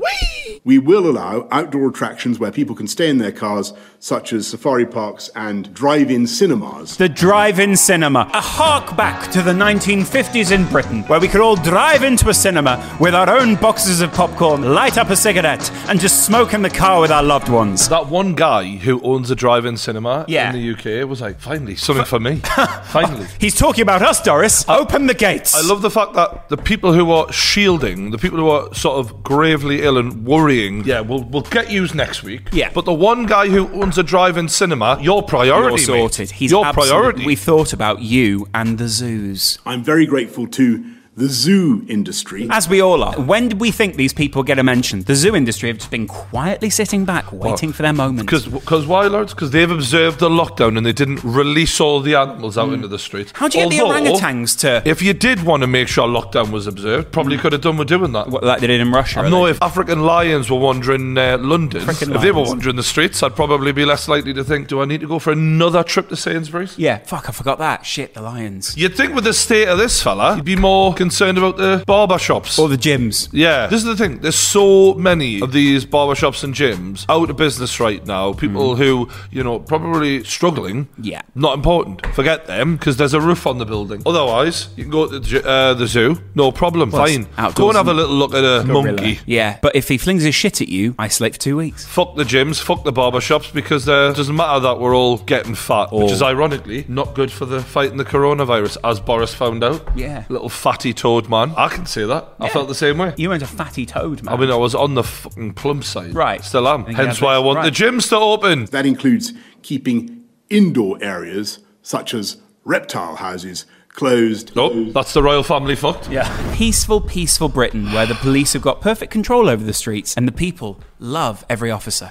Speaker 9: We will allow outdoor attractions where people can stay in their cars, such as safari parks and drive in cinemas.
Speaker 1: The drive-in cinema, a hark back to the 1950s in Britain, where we could all drive into a cinema with our own boxes of popcorn, light up a cigarette, and just smoke in the car with our loved ones.
Speaker 2: That one guy who owns a drive-in cinema
Speaker 1: Yeah.
Speaker 2: in the UK was like, finally, something for me. finally.
Speaker 1: He's talking about us, Doris. Open the gates.
Speaker 2: I love the fact that the people who are shielding, the people who are sort of gravely ill and worrying, yeah, we'll, we'll get yous next week.
Speaker 1: Yeah.
Speaker 2: But the one guy who owns a drive-in cinema, your priority,
Speaker 1: You're
Speaker 2: mate.
Speaker 1: sorted. He's
Speaker 2: your
Speaker 1: absolute-
Speaker 2: priority.
Speaker 1: We thought about you and the zoos.
Speaker 9: I'm very grateful to the zoo industry.
Speaker 1: As we all are, when did we think these people get a mention? The zoo industry have just been quietly sitting back, waiting for their moment.
Speaker 2: Because why, Lawrence? Because they've observed the lockdown and they didn't release all the animals out into the streets.
Speaker 1: How do you get the
Speaker 2: Although,
Speaker 1: orangutans to- Mm.
Speaker 2: If you did want to make sure lockdown was observed, probably could have done with doing that.
Speaker 1: What, like they did in Russia.
Speaker 2: I
Speaker 1: are
Speaker 2: know
Speaker 1: they?
Speaker 2: if African lions were wandering uh, London,
Speaker 1: African
Speaker 2: if they were
Speaker 1: lions.
Speaker 2: wandering the streets, I'd probably be less likely to think, do I need to go for another trip to Sainsbury's?
Speaker 1: Yeah, fuck, I forgot that. Shit, the lions.
Speaker 2: You'd think with the state of this fella, you'd be more concerned about the barber shops.
Speaker 1: Or the gyms.
Speaker 2: Yeah, this is the thing. There's so many of these barbershops and gyms out of business right now. People who, you know, probably struggling.
Speaker 1: Mm. Yeah.
Speaker 2: Not important. Forget them because there's a roof on the building. Otherwise, you can go to the, gy- uh, the zoo. No problem.
Speaker 1: Well, it's
Speaker 2: fine. Go
Speaker 1: outdoors,
Speaker 2: and have a
Speaker 1: isn't it?
Speaker 2: little look at a
Speaker 1: Gorilla.
Speaker 2: monkey.
Speaker 1: Yeah, but if he flings his shit at you, isolate for two weeks.
Speaker 2: Fuck the gyms, fuck the barbershops because uh, it doesn't matter that we're all getting fat, which
Speaker 1: Oh.
Speaker 2: is ironically not good for the fighting the coronavirus, as Boris found out.
Speaker 1: Yeah.
Speaker 2: Little fatty toad man. I can say that. I
Speaker 1: Yeah.
Speaker 2: felt the same way.
Speaker 1: You went a fatty toad, man.
Speaker 2: I mean, I was on the fucking plump side.
Speaker 1: Right.
Speaker 2: Still am.
Speaker 1: And you
Speaker 2: Hence
Speaker 1: have
Speaker 2: why I
Speaker 1: this-
Speaker 2: want
Speaker 1: right.
Speaker 2: the gyms to open.
Speaker 9: That includes keeping indoor areas, such as reptile houses, closed.
Speaker 2: Nope. That's the royal family fucked.
Speaker 1: yeah. Peaceful, peaceful Britain, where the police have got perfect control over the streets and the people love every officer.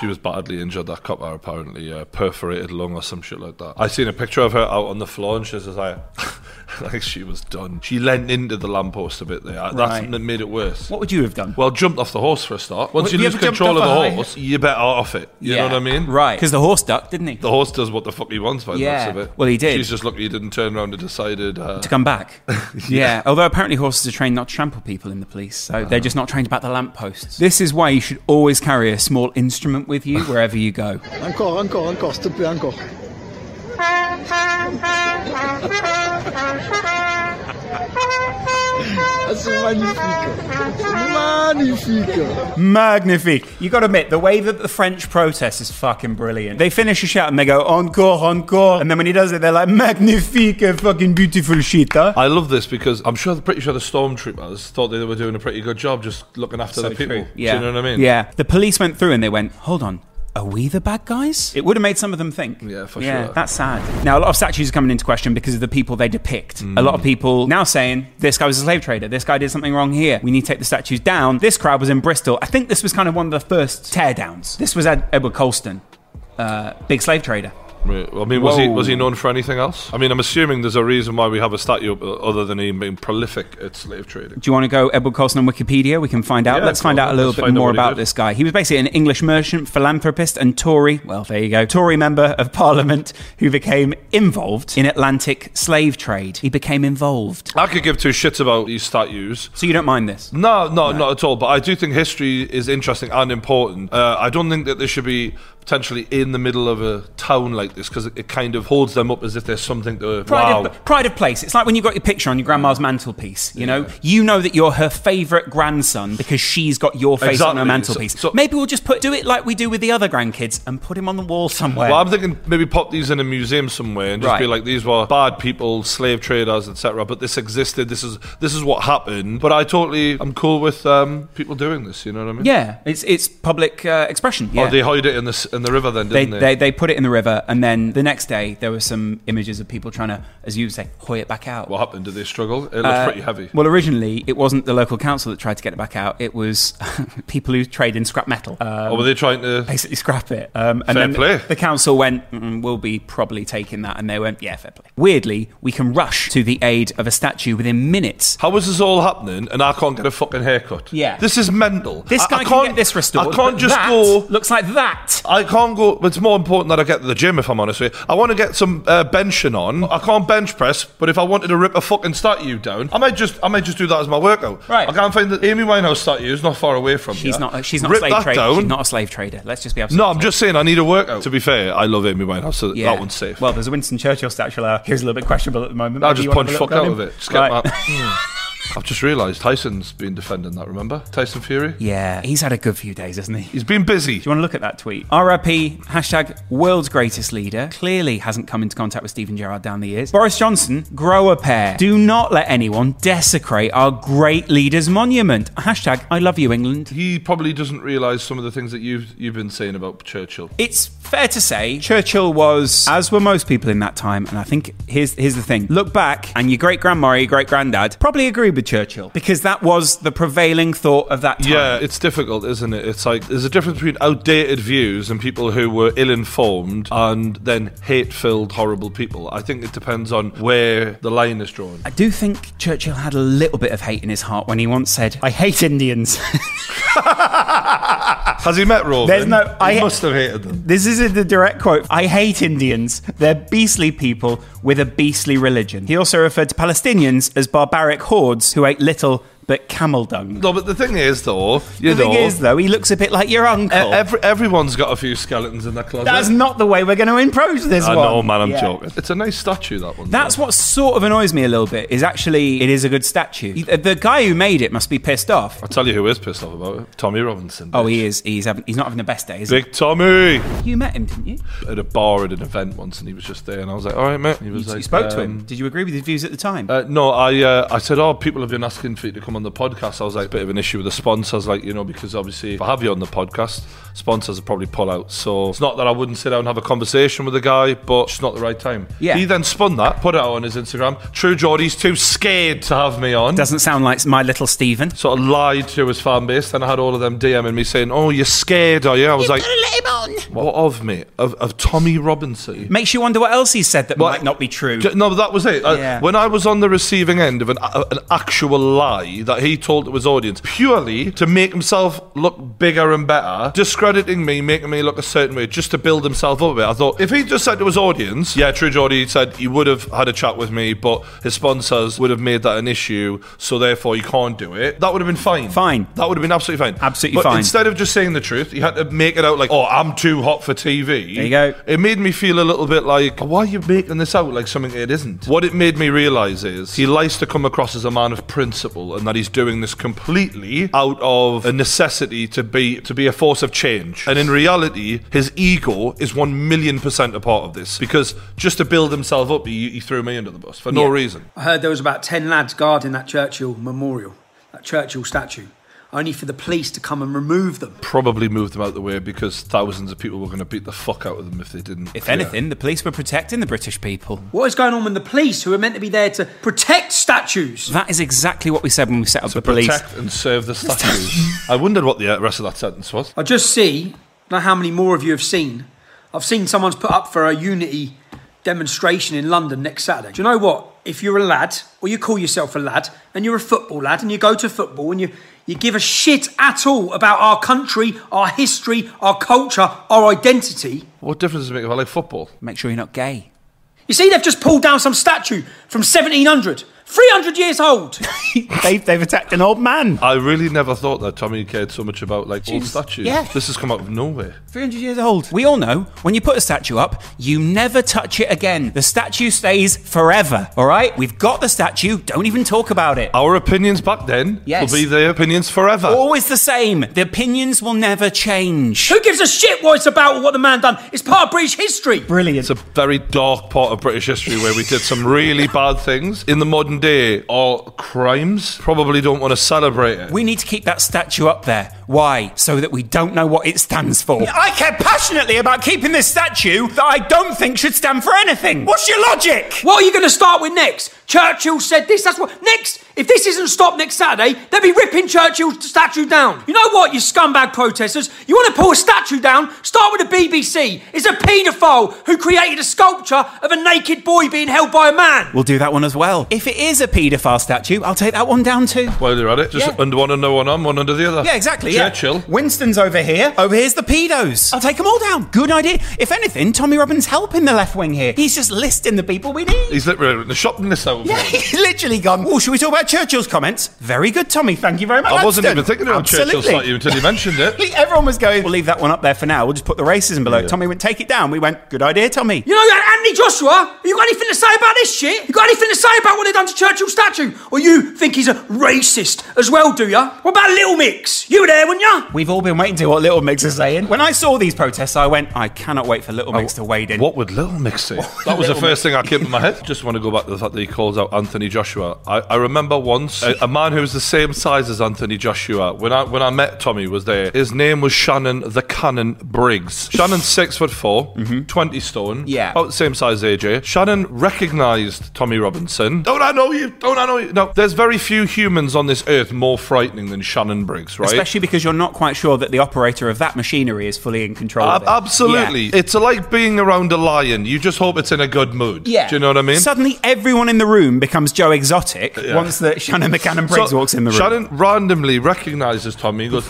Speaker 2: She was badly injured, that copper, apparently. Uh, perforated lung or some shit like that. I seen a picture of her out on the floor and she was just like, like she was done. She leant into the lamppost a bit there. That's
Speaker 1: Right.
Speaker 2: something that made it worse.
Speaker 1: What would you have done?
Speaker 2: Well, jumped off the horse for a start. Once
Speaker 1: Well,
Speaker 2: you
Speaker 1: you
Speaker 2: lose
Speaker 1: ever jumped
Speaker 2: control of
Speaker 1: off a
Speaker 2: the
Speaker 1: high-
Speaker 2: horse, you better out of it. You know what I mean?
Speaker 1: Right. Because the horse ducked, didn't he?
Speaker 2: The horse does what the fuck he wants by the
Speaker 1: Yeah.
Speaker 2: looks of it.
Speaker 1: Well, he did.
Speaker 2: She's just lucky he didn't turn around and decided. Uh,
Speaker 1: to come back. yeah. although apparently horses are trained not to trample people in the police, so they're just not trained about the lampposts. Ah. This is why you should always carry a small instrument with you wherever you go.
Speaker 12: Encore, encore, encore, s'il te plaît, encore. Ah, C'est magnifique. Magnifique.
Speaker 1: Magnifique. You got to admit, the way that the French protest is fucking brilliant. They finish a shout and they go, encore, encore. And then when he does it, they're like, magnifique, uh, fucking beautiful shit, huh?
Speaker 2: I love this because I'm sure, pretty sure the stormtroopers thought they were doing a pretty good job just looking after the people.
Speaker 1: Yeah.
Speaker 2: Do you know what I mean?
Speaker 1: Yeah. The police went through and they went, hold on. Are we the bad guys? It would have made some of them think.
Speaker 2: Yeah, for
Speaker 1: yeah,
Speaker 2: sure.
Speaker 1: That's sad. Now, a lot of statues are coming into question because of the people they depict. A lot of
Speaker 2: Mm.
Speaker 1: people now saying, this guy was a slave trader, this guy did something wrong here, we need to take the statues down. This crowd was in Bristol. I think this was kind of one of the first teardowns. This was Ed- Edward Colston, uh, big slave trader.
Speaker 2: Right. I mean, was he
Speaker 13: Whoa.
Speaker 2: was he known for anything else? I mean, I'm assuming there's a reason why we have a statue up, uh, other than him being prolific at slave trading.
Speaker 1: Do you want to go Edward Colson on Wikipedia? We can find out.
Speaker 2: Yeah,
Speaker 1: Let's find
Speaker 2: cool.
Speaker 1: out a little
Speaker 2: Let's
Speaker 1: bit
Speaker 2: find out
Speaker 1: more
Speaker 2: what he
Speaker 1: about
Speaker 2: did.
Speaker 1: this guy. He was basically an English merchant, philanthropist, and Tory. Well, there you go. Tory member of Parliament who became involved in Atlantic slave trade. He became involved.
Speaker 2: I could give two shits about these statues.
Speaker 1: So you don't mind this?
Speaker 2: No, no, not at all. But I do think history is interesting and important. Uh, I don't think that they should be potentially in the middle of a town like this because it, it kind of holds them up as if there's something to.
Speaker 1: Pride,
Speaker 2: wow.
Speaker 1: of, pride of place. It's like when you got your picture on your grandma's mantelpiece. You know, you know that you're her favourite grandson because she's got your face on her
Speaker 2: Exactly.
Speaker 1: mantelpiece.
Speaker 2: So-
Speaker 1: Maybe we'll just put do it like we do with the other grandkids and put him on the wall somewhere.
Speaker 2: Well, I'm thinking maybe pop these in a museum somewhere and just
Speaker 1: Right.
Speaker 2: be like, these were bad people, slave traders, etc. But this existed. This is this is what happened. But I totally, I'm cool with um, people doing this. You know what I mean?
Speaker 1: yeah, it's it's public uh, expression. Yeah.
Speaker 2: Oh, they hide it in the s- in the river then,
Speaker 1: they,
Speaker 2: didn't
Speaker 1: they? They, put it in the river, and then the next day there were some images of people trying to, as you would say, hoy it back out.
Speaker 2: What happened? Did they struggle? It looked
Speaker 1: Uh,
Speaker 2: pretty heavy.
Speaker 1: Well, originally it wasn't the local council that tried to get it back out. It was people who trade in scrap metal. Um,
Speaker 2: or were they trying to
Speaker 1: basically scrap it? Um, and
Speaker 2: Ah. Fair
Speaker 1: then
Speaker 2: play.
Speaker 1: the council went, "Mm, "We'll be probably taking that," and they went, "Yeah, fair play." Weirdly, we can rush to the aid of a statue within minutes.
Speaker 2: How is this all happening? And I can't get a fucking haircut.
Speaker 1: Yeah,
Speaker 2: This is mental.
Speaker 1: This
Speaker 2: I-
Speaker 1: guy
Speaker 2: I
Speaker 1: can
Speaker 2: can't-
Speaker 1: get this restored.
Speaker 2: I can't
Speaker 1: but
Speaker 2: just
Speaker 1: that
Speaker 2: go.
Speaker 1: Looks like that.
Speaker 2: I can't go. It's more important that I get to the gym, if I'm honest with you. I want to get some uh, benching on. I can't bench press, but if I wanted to rip a fucking statue down, I might just I might just do that as my workout. Right. I can't find the Amy Winehouse statue. is not far away from me.
Speaker 1: She's not. She's not a
Speaker 2: Rip
Speaker 1: slave
Speaker 2: that
Speaker 1: trader.
Speaker 2: down.
Speaker 1: She's not a slave trader. Let's just be absolutely.
Speaker 2: no, I'm just saying I need a workout. To be fair, I love Amy Winehouse, so
Speaker 1: Yeah.
Speaker 2: that one's safe.
Speaker 1: Well, there's a Winston Churchill statue there. Here's a little bit questionable at the moment.
Speaker 2: I'll
Speaker 1: Maybe
Speaker 2: just
Speaker 1: you wanna
Speaker 2: punch
Speaker 1: have a
Speaker 2: fuck
Speaker 1: look at
Speaker 2: out
Speaker 1: him?
Speaker 2: of it. Just get
Speaker 1: Right.
Speaker 2: that. I've just realised Tyson's been defending that. Remember Tyson Fury?
Speaker 1: Yeah, he's had a good few days, hasn't he?
Speaker 2: He's been busy. Do
Speaker 1: you want to look at that tweet? RIP, hashtag world's greatest leader, clearly hasn't come into contact with Stephen Gerrard down the years. Boris Johnson, grow a pair. Do not let anyone desecrate our great leader's monument. Hashtag I love you, England.
Speaker 2: He probably doesn't realise some of the things that you've you've been saying about Churchill.
Speaker 1: It's fair to say Churchill was, as were most people in that time, and I think here's here's the thing. Look back, and your great grandma, or your great granddad, probably agreed with Churchill because that was the prevailing thought of that time.
Speaker 2: Yeah, it's difficult, isn't it? It's like there's a difference between outdated views and people who were ill informed and then hate filled, horrible people. I think it depends on where the line is drawn.
Speaker 1: I do think Churchill had a little bit of hate in his heart when he once said, "I hate Indians."
Speaker 2: Has he met Roman?
Speaker 1: There's no.
Speaker 2: He
Speaker 1: I
Speaker 2: must have hated them.
Speaker 1: This is the direct quote. I hate Indians. They're beastly people with a beastly religion. He also referred to Palestinians as barbaric hordes who ate little but camel dung.
Speaker 2: No, but the thing is, though, you
Speaker 1: The thing
Speaker 2: know,
Speaker 1: is, though, he looks a bit like your
Speaker 2: e-
Speaker 1: uncle.
Speaker 2: every, everyone's got a few skeletons in their closet.
Speaker 1: That's not the way we're going to approach this
Speaker 2: I
Speaker 1: one.
Speaker 2: know, man. I'm
Speaker 1: Yeah.
Speaker 2: joking. It's a nice statue that one.
Speaker 1: That's what sort of annoys me a little bit. Is actually it is a good statue. The- The guy who made it must be pissed off.
Speaker 2: I'll tell you who is pissed off about it. Tommy Robinson.
Speaker 1: Oh, he is. He's having, he's not having the best day. Is he?
Speaker 2: Big Tommy.
Speaker 1: You met him, didn't you?
Speaker 2: At a bar at an event once, and he was just there, and I was like, "All right, mate." He was
Speaker 1: You,
Speaker 2: like,
Speaker 1: you spoke to
Speaker 2: um,
Speaker 1: him. Did you agree with his views at the time?
Speaker 2: Uh, no, I uh, I said, oh, people have been asking for you to come on the podcast. I was like, bit of an issue with the sponsors, like you know, because obviously if I have you on the podcast, sponsors will probably pull out. So it's not that I wouldn't sit down and have a conversation with the guy, but it's not the right time.
Speaker 1: Yeah.
Speaker 2: He then spun that, put it out on his Instagram. True Geordie's too scared to have me on.
Speaker 1: Doesn't sound like my little Stephen.
Speaker 2: Sort of lied to his fan base. Then I had all of them DMing me saying, "Oh, you're scared, are you?" I was like, "What of me? Of, of Tommy Robinson?"
Speaker 1: Makes you wonder what else he said that might not be true.
Speaker 2: Ju- No, but that was it. Uh,
Speaker 1: Yeah.
Speaker 2: when I was on the receiving end of an, a an actual lie that he told to his audience purely to make himself look bigger and better, discrediting me, making me look a certain way, just to build himself up a bit. I thought if he just said to his audience, yeah, True Geordie said he would have had a chat with me, but his sponsors would have made that an issue, so therefore he can't do it. That would have been fine. Fine. That would have been absolutely fine.
Speaker 1: Absolutely
Speaker 2: but
Speaker 1: fine.
Speaker 2: Instead of just saying the truth, he had to make it out like, oh, I'm too hot for TV.
Speaker 1: There you go.
Speaker 2: It made me feel a little bit like, why are you making this out like something it isn't? What it made me realise is he likes to come across as a man of principle and that he's doing this completely out of a necessity to be to be a force of change. And in reality, his ego is one million percent a part of this because just to build himself up, he, he threw me under the bus for no
Speaker 14: Yeah.
Speaker 2: reason.
Speaker 14: I heard there was about 10 lads guarding that Churchill memorial, that Churchill statue, only for the police to come and remove them.
Speaker 2: Probably moved them out the way because thousands of people were going to beat the fuck out of them if they didn't.
Speaker 1: If anything, the police were protecting the British people.
Speaker 14: What is going on with the police who are meant to be there to protect statues?
Speaker 1: That is exactly what we said when we set up the police.
Speaker 2: protect and serve the statues. I wondered what the uh, rest of that sentence was.
Speaker 14: I just see, I don't know how many more of you have seen,
Speaker 6: I've seen someone's put up for a unity demonstration in London next Saturday. Do you know what? If you're a lad, or you call yourself a lad, and you're a football lad, and you go to football and you, you give a shit at all about our country, our history, our culture, our identity.
Speaker 2: What difference does it make if I like football?
Speaker 1: Make sure you're not gay.
Speaker 6: You see, they've just pulled down some statue from 1700, 300 years old.
Speaker 1: they've, they've attacked an old man.
Speaker 2: I really never thought that Tommy cared so much about like old
Speaker 1: Jeez.
Speaker 2: statues.
Speaker 1: Yeah.
Speaker 2: This has come out of nowhere.
Speaker 1: 300 years old. We all know when you put a statue up, you never touch it again. The statue stays forever, all right? We've got the statue, don't even talk about it.
Speaker 2: Our opinions back then
Speaker 1: Yes. Oh.
Speaker 2: will be their opinions forever.
Speaker 1: Always the same. The opinions will never change.
Speaker 6: Who gives a shit what it's about or what the man done? It's part of British history.
Speaker 1: Brilliant.
Speaker 2: It's a very dark part of British history where we did some really bad things in the modern day are crimes. Probably don't want to celebrate it.
Speaker 1: We need to keep that statue up there. Why? So that we don't know what it stands for. I care passionately about keeping this statue that I don't think should stand for anything. What's your logic?
Speaker 6: What are you going to start with next? Churchill said this, that's what. Next, if this isn't stopped next Saturday, they'll be ripping Churchill's statue down. You know what, you scumbag protesters? You want to pull a statue down? Start with the BBC. It's a paedophile who created a sculpture of a naked boy being held by a man.
Speaker 1: We'll do that one as well. If it is a paedophile statue, I'll take that one down too.
Speaker 2: While you're at it, just
Speaker 1: Yeah.
Speaker 2: under one under one arm, one under the other.
Speaker 1: Yeah, exactly. yeah.
Speaker 2: Churchill.
Speaker 1: Winston's over here. Over here's the pedos. I'll take them all down. Good idea. If anything, Tommy Robbins helping the left wing here. He's just listing the people we need.
Speaker 2: He's literally in the shopping list out.
Speaker 1: Yeah, he's literally gone. Oh, should we talk about Churchill's comments? Very good, Tommy. Thank you very much.
Speaker 2: I wasn't
Speaker 1: Ladston.
Speaker 2: even thinking about
Speaker 1: Absolutely.
Speaker 2: Churchill statue until you mentioned it.
Speaker 1: Everyone was going, we'll leave that one up there for now. We'll just put the racism below. it. Tommy went, take it down. We went, good idea, Tommy.
Speaker 6: You know, Anthony Joshua, you got anything to say about this shit? You got anything to say about what they done to Churchill's statue? Or you think he's a racist as well, do ya? What about Little Mix? You were there, weren't ya?
Speaker 1: We've all been waiting to what Little Mix is saying. When I saw these protests, I went, I cannot wait for Little Mix to wade in.
Speaker 2: Oh, What would Little Mix say? That was the first thing that came to my head. Just want to go back to the fact that he calls out Anthony Joshua. I, I remember once a, a man who was the same size as Anthony Joshua. When I when I met Tommy was there. His name was Shannon the Cannon Briggs. Shannon's six foot 4 20 stone.
Speaker 1: Yeah.
Speaker 2: about the same size as AJ. Shannon recognised Tommy Robinson. Don't I know you? Don't I know you? No, there's very few humans on this earth more frightening than Shannon Briggs, right?
Speaker 1: Especially because you're not quite sure that the operator of that machinery is fully in control. of
Speaker 2: Ab-
Speaker 1: it.
Speaker 2: absolutely.
Speaker 1: Yeah.
Speaker 2: It's like being around a lion. You just hope it's in a good mood.
Speaker 1: Yeah.
Speaker 2: Do you know what I mean?
Speaker 1: Suddenly, everyone in the room becomes Joe Exotic
Speaker 2: Yeah.
Speaker 1: once that Shannon McCannon Briggs
Speaker 2: So,
Speaker 1: walks in the room.
Speaker 2: Shannon randomly recognizes Tommy and goes,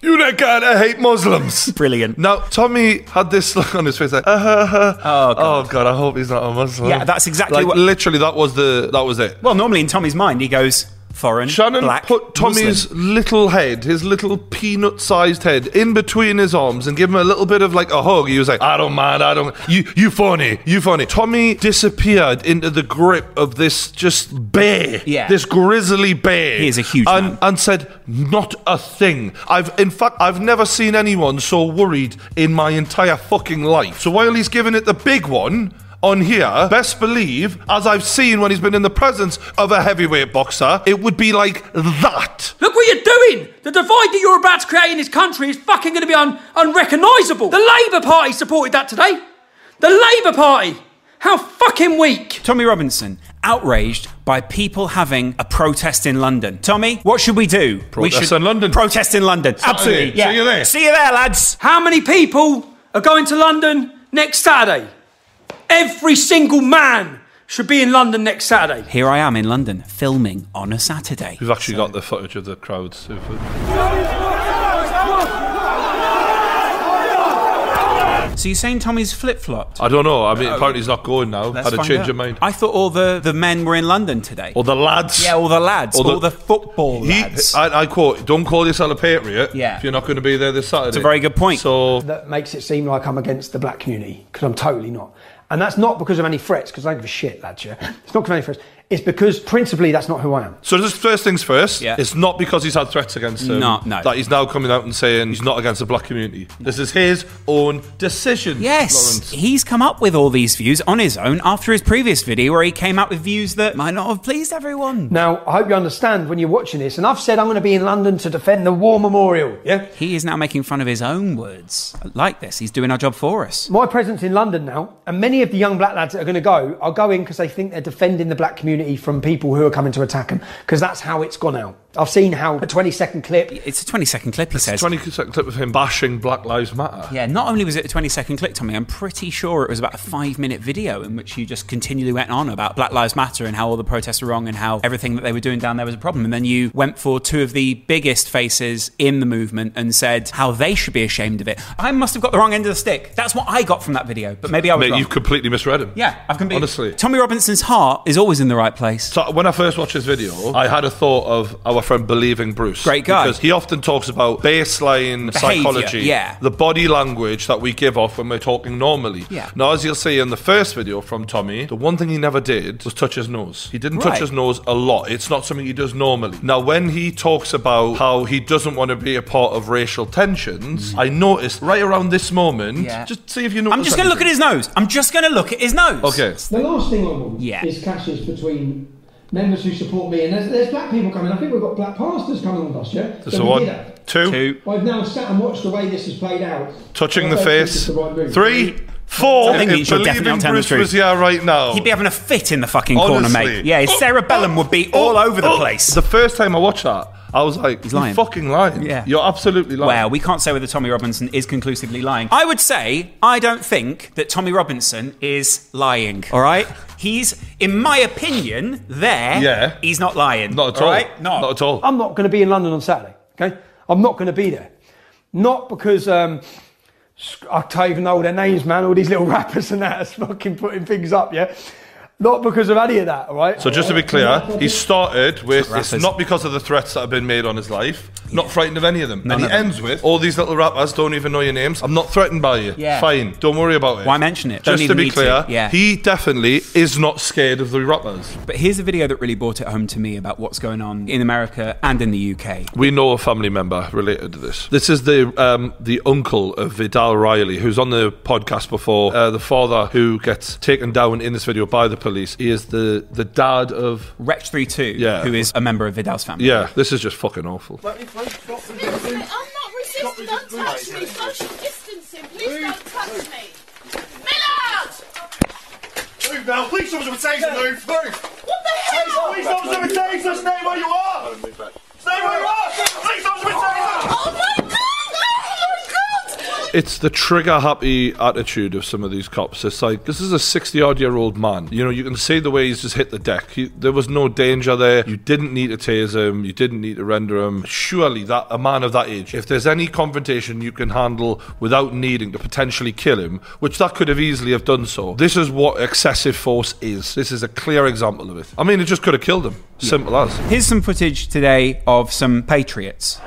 Speaker 2: You that guy that hate Muslims.
Speaker 1: Brilliant.
Speaker 2: Now, Tommy had this look on his face like, uh, huh, huh. Oh, God. I hope he's not a Muslim.
Speaker 1: Yeah, that's exactly
Speaker 2: Like,
Speaker 1: what-
Speaker 2: Literally, that was the that was it.
Speaker 1: Well, normally in Tommy's mind, he goes foreign.
Speaker 2: Shannon
Speaker 1: black,
Speaker 2: put Tommy's
Speaker 1: Muslim.
Speaker 2: little head, his little peanut-sized head, in between his arms and gave him a little bit of like a hug. He was like, "I don't mind. I don't. You, you funny. You funny." Tommy disappeared into the grip of this just bear,
Speaker 1: Yeah.
Speaker 2: this grizzly bear.
Speaker 1: He is a huge
Speaker 2: and,
Speaker 1: man.
Speaker 2: and said not a thing. I've, in fact, I've never seen anyone so worried in my entire fucking life. So while he's giving it the big one. On here, best believe, as I've seen when he's been in the presence of a heavyweight boxer, it would be like that.
Speaker 6: Look what you're doing! The divide that you're about to create in this country is fucking going to be un- unrecognisable. The Labour Party supported that today. The Labour Party. How fucking weak.
Speaker 1: Tommy Robinson outraged by people having a protest in London. Tommy, what should we do?
Speaker 2: Protest
Speaker 1: we should
Speaker 2: in London.
Speaker 1: Protest in London. Absolutely.
Speaker 2: See
Speaker 1: Yeah.
Speaker 2: you there.
Speaker 1: See you there, lads.
Speaker 6: How many people are going to London next Saturday? Every single man should be in London next Saturday.
Speaker 1: Here I am in London filming on a Saturday.
Speaker 2: We've actually got the footage of the crowds.
Speaker 1: So you're saying Tommy's flip flopped?
Speaker 2: I don't know. I mean, apparently he's not going now. Had a change of mind.
Speaker 1: I thought all the, the men were in London today.
Speaker 2: Or the lads.
Speaker 1: yeah, all the lads.
Speaker 2: All
Speaker 1: All
Speaker 2: the-
Speaker 1: the, football
Speaker 2: He,
Speaker 1: lads.
Speaker 2: I, I quote, don't call yourself a patriot
Speaker 1: Yeah.
Speaker 2: if you're not going to be there this Saturday.
Speaker 1: It's a very good point.
Speaker 2: So
Speaker 6: That makes it seem like I'm against the black community, because I'm totally not. And that's not because of any threats, because I don't give a shit, lads, yeah? It's not because of any threats. It's because, principally, that's not who I am.
Speaker 2: So just first things first.
Speaker 1: Yeah.
Speaker 2: It's not because he's had threats against him.
Speaker 1: No, no.
Speaker 2: That he's now coming out and saying he's not against the black community. This is his own decision.
Speaker 1: Yes,
Speaker 2: Lawrence.
Speaker 1: he's come up with all these views on his own after his previous video where he came out with views that might not have pleased everyone.
Speaker 6: Now, I hope you understand when you're watching this, and I've said I'm going to be in London to defend the war memorial, yeah?
Speaker 1: He is now making fun of his own words. I Like this, he's doing our job for us.
Speaker 6: My presence in London now, and many of the young black lads that are going to go are going because they think they're defending the black community from people who are coming to attack them, because that's how it's gone out.
Speaker 13: I've seen how a 20 second clip.
Speaker 1: It's a 20 second clip, he says.
Speaker 2: 20 second clip of him bashing Black Lives Matter.
Speaker 1: Yeah, not only was it a 20 second clip, Tommy, I'm pretty sure it was about a five minute video in which you just continually went on about Black Lives Matter and how all the protests were wrong and how everything that they were doing down there was a problem. And then you went for two of the biggest faces in the movement and said how they should be ashamed of it. I must have got the wrong end of the stick. That's what I got from that video, but maybe I was
Speaker 2: Mate,
Speaker 1: wrong.
Speaker 2: you've completely misread him.
Speaker 1: Yeah, I've completely.
Speaker 2: Honestly.
Speaker 1: Tommy Robinson's heart is always in the right place.
Speaker 2: So when I first watched this video, I had a thought of our friend Believing Bruce. Great
Speaker 1: guy.
Speaker 2: Because he often talks about
Speaker 1: Behaviour,
Speaker 2: baseline psychology.
Speaker 1: yeah.
Speaker 2: The body language that we give off when we're talking normally.
Speaker 1: Yeah.
Speaker 2: Now, as you'll see in the first video from Tommy, the one thing he never did was touch his nose. He didn't touch
Speaker 1: Right.
Speaker 2: his nose a lot. It's not something he does normally. Now, when he talks about how he doesn't want to be a part of racial tensions, I noticed right around this moment,
Speaker 1: Mm. Yeah.
Speaker 2: just see if you know.
Speaker 1: I'm just going to look at his nose. I'm just going to look at his nose.
Speaker 2: Okay.
Speaker 15: The last thing I want
Speaker 1: Yeah.
Speaker 15: is clashes between members who support me and there's, there's black people coming. I think we've got black pastors coming on with us, yeah?
Speaker 2: So
Speaker 15: we
Speaker 2: one,
Speaker 15: did that.
Speaker 2: two, two,
Speaker 15: I've now sat and watched the way this has played out.
Speaker 2: touching
Speaker 15: I
Speaker 2: the
Speaker 15: don't think
Speaker 2: face.
Speaker 15: it's the right move.
Speaker 2: Three, four.
Speaker 1: I think
Speaker 2: If
Speaker 1: he should definitely
Speaker 2: Believing
Speaker 1: not tell
Speaker 2: Bruce
Speaker 1: the truth.
Speaker 2: was here right now.
Speaker 1: He'd be having a fit in the fucking corner,
Speaker 2: Honestly.
Speaker 1: mate. Yeah, his cerebellum would be all over the place.
Speaker 2: Oh, The first time I watched that, I was like, he's lying. fucking lying.
Speaker 1: Yeah.
Speaker 2: You're absolutely lying.
Speaker 1: Well, we can't say whether Tommy Robinson is conclusively lying. I would say I don't think that Tommy Robinson is lying. All right, he's, in my opinion, there.
Speaker 2: Yeah.
Speaker 1: he's not lying.
Speaker 2: Not at all.
Speaker 1: No,
Speaker 2: Not at all.
Speaker 13: I'm not going to be in London on Saturday. Okay, I'm not going to be there. Not because um, sc- I don't even know their names, man. All these little rappers and that are fucking putting things up. Yeah, not because of any of that. All right.
Speaker 2: So just to be clear, he started with it's
Speaker 1: Rappers.
Speaker 2: not because of the threats that have been made on his life, not frightened of any of them.
Speaker 1: None
Speaker 2: and
Speaker 1: of
Speaker 2: he
Speaker 1: them.
Speaker 2: ends with all these little rappers don't even know your names. I'm not threatened by you.
Speaker 1: Yeah.
Speaker 2: Fine. Don't worry about it.
Speaker 1: Why mention it? Don't
Speaker 2: Just to
Speaker 1: even
Speaker 2: be
Speaker 1: need to.
Speaker 2: clear,
Speaker 1: Yeah.
Speaker 2: he definitely is not scared of the rappers.
Speaker 1: But here's a video that really brought it home to me about what's going on in America and in the UK.
Speaker 2: We know a family member related to this. This is the um, the uncle of Vidal Riley, who's on the podcast before. Uh, the father who gets taken down in this video by the police. He is the the dad of
Speaker 1: Wretch Three Two,
Speaker 2: Yeah.
Speaker 1: who is a member of Vidal's family.
Speaker 2: Yeah, this is just fucking awful.
Speaker 16: I'm not resisting. Don't touch me. Social distancing. Please don't touch me. Millard!
Speaker 17: Move now. Police officer with taser, move. Move.
Speaker 16: What the hell?
Speaker 17: Police officer with taser, stay where you are. Stay where you are. Police officer with taser.
Speaker 16: Oh my god! Oh my god!
Speaker 2: It's the trigger happy attitude of some of these cops. It's like this is a sixty odd year old man. You know, you can see the way he's just hit the deck. He, there was no danger there. You didn't need to tase him. You didn't need to render him. Surely that a man of that age, if there's any confrontation you can handle without needing to potentially kill him, which that could have easily have done so. This is what excessive force is. This is a clear example of it. I mean, it just could have killed him. Simple as.
Speaker 1: Here's some footage today of some patriots.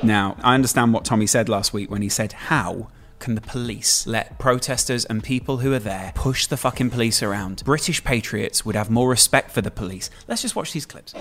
Speaker 1: Now, I understand what Tommy said last week when he said, How can the police let protesters and people who are there push the fucking police around? British patriots would have more respect for the police. Let's just watch these clips.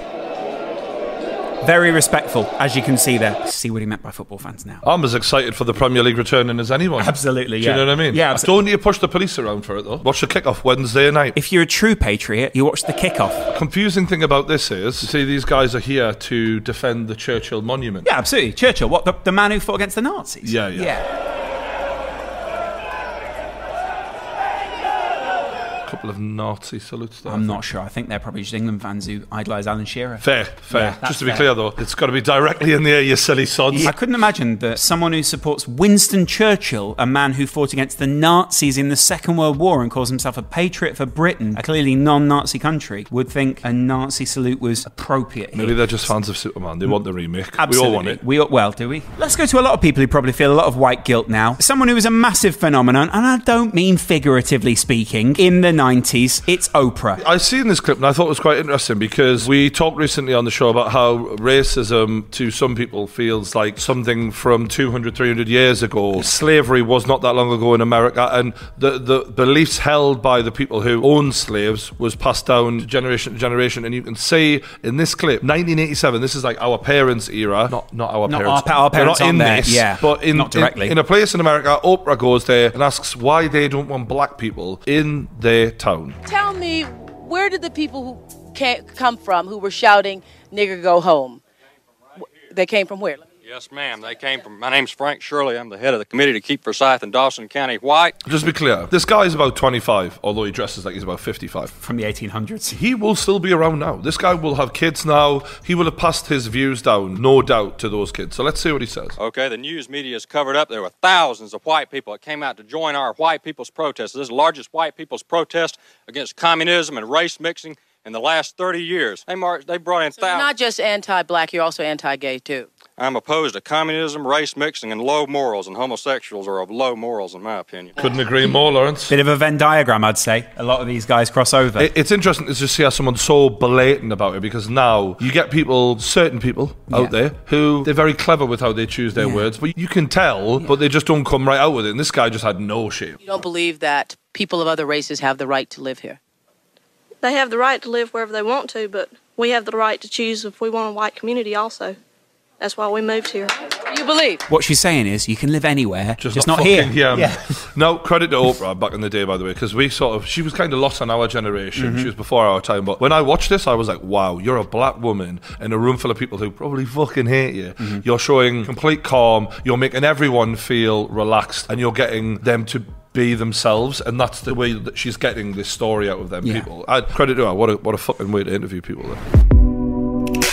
Speaker 1: Very respectful, as you can see there. See what he meant by football fans now.
Speaker 2: I'm as excited for the Premier League returning as anyone.
Speaker 1: Absolutely,
Speaker 2: Do
Speaker 1: yeah.
Speaker 2: you know what I mean?
Speaker 1: Yeah,
Speaker 2: I don't need to push the police around for it though. Watch the kickoff Wednesday night.
Speaker 1: If you're a true patriot, you watch the kickoff.
Speaker 2: Confusing thing about this is, you see, these guys are here to defend the Churchill Monument.
Speaker 1: Yeah, absolutely. Churchill, what the, the man who fought against the Nazis?
Speaker 2: Yeah, yeah.
Speaker 1: Yeah.
Speaker 2: A couple of Nazi salutes. There.
Speaker 1: I'm not sure. I think they're probably just England fans who idolise Alan Shearer.
Speaker 2: Fair,
Speaker 1: Yeah,
Speaker 2: fair.
Speaker 1: that's
Speaker 2: Just to be
Speaker 1: fair.
Speaker 2: clear though, it's got to be directly in the air, you silly sods.
Speaker 1: I couldn't imagine that someone who supports Winston Churchill, a man who fought against the Nazis in the Second World War and calls himself a patriot for Britain, a clearly non Nazi country, would think a Nazi salute was appropriate.
Speaker 2: Maybe they're just fans of Superman. They want the remake. We all want
Speaker 1: Absolutely.
Speaker 2: it.
Speaker 1: We all, well, do we? Let's go to a lot of people who probably feel a lot of white guilt now. Someone who was a massive phenomenon, and I don't mean figuratively speaking, in the 90s, it's Oprah.
Speaker 2: I've seen this clip and I thought it was quite interesting because we talked recently on the show about how racism to some people feels like something from 200, 300 years ago. Slavery was not that long ago in America and the, the beliefs held by the people who owned slaves was passed down generation to generation. And you can see in this clip, 1987, this is like our parents' era. Not, not our
Speaker 1: Not
Speaker 2: parents.
Speaker 1: our pa- our
Speaker 2: They're
Speaker 1: parents
Speaker 2: not in
Speaker 1: aren't there,
Speaker 2: this,
Speaker 1: yeah.
Speaker 2: but in,
Speaker 1: Not directly.
Speaker 2: in, in a place in America, Oprah goes there and asks why they don't want black people in their town.
Speaker 16: Tell me, where did the people who ca- come from who were shouting "nigger go home"? They came from where?
Speaker 18: Yes, ma'am. They came from. My name's Frank Shirley. I'm the head of the committee to keep Forsyth and Dawson County white.
Speaker 2: Just to be clear, this guy is about 25, although he dresses like he's about 55. From
Speaker 1: the 1800s.
Speaker 2: He will still be around now. This guy will have kids now. He will have passed his views down, no doubt, to those kids. So let's see what he says.
Speaker 18: Okay, the news media is covered up. There were thousands of white people that came out to join our white people's protest. This is the largest white people's protest against communism and race mixing in the last 30 years. They marched, they brought in
Speaker 19: You're
Speaker 18: thousands.
Speaker 19: not just anti-black, you're also anti-gay too.
Speaker 18: I'm opposed to communism, race mixing, and low morals, and homosexuals are of low morals, in my opinion.
Speaker 2: Couldn't agree more, Lawrence.
Speaker 1: Bit of a Venn diagram, I'd say. A lot of these guys cross over.
Speaker 2: It- It's interesting to just see how someone's so blatant about it because now you get people, certain people out there, who they're very clever with how they choose their words, but you can tell, but they just don't come right out with it. And this guy just had no shame.
Speaker 19: You don't believe that people of other races have the right to live here.
Speaker 20: They have the right to live wherever they want to, but we have the right to choose if we want a white community also. That's why we moved here. You believe?
Speaker 1: What she's saying is, you can live anywhere, just, not,
Speaker 2: fucking
Speaker 1: here.
Speaker 2: him. No credit to Oprah back in the day, by the way, because we sort of she was kind of lost on our generation.
Speaker 1: Mhm.
Speaker 2: She was before our time, but when I watched this, I was like, "Wow, you're a black woman in a room full of people who probably fucking hate you.
Speaker 1: Mm-hmm.
Speaker 2: You're showing complete calm. You're making everyone feel relaxed, and you're getting them to." Be themselves, and that's the way that she's getting this story out of them
Speaker 1: Yeah.
Speaker 2: people. I credit to her. What a what a fucking way to interview people. There.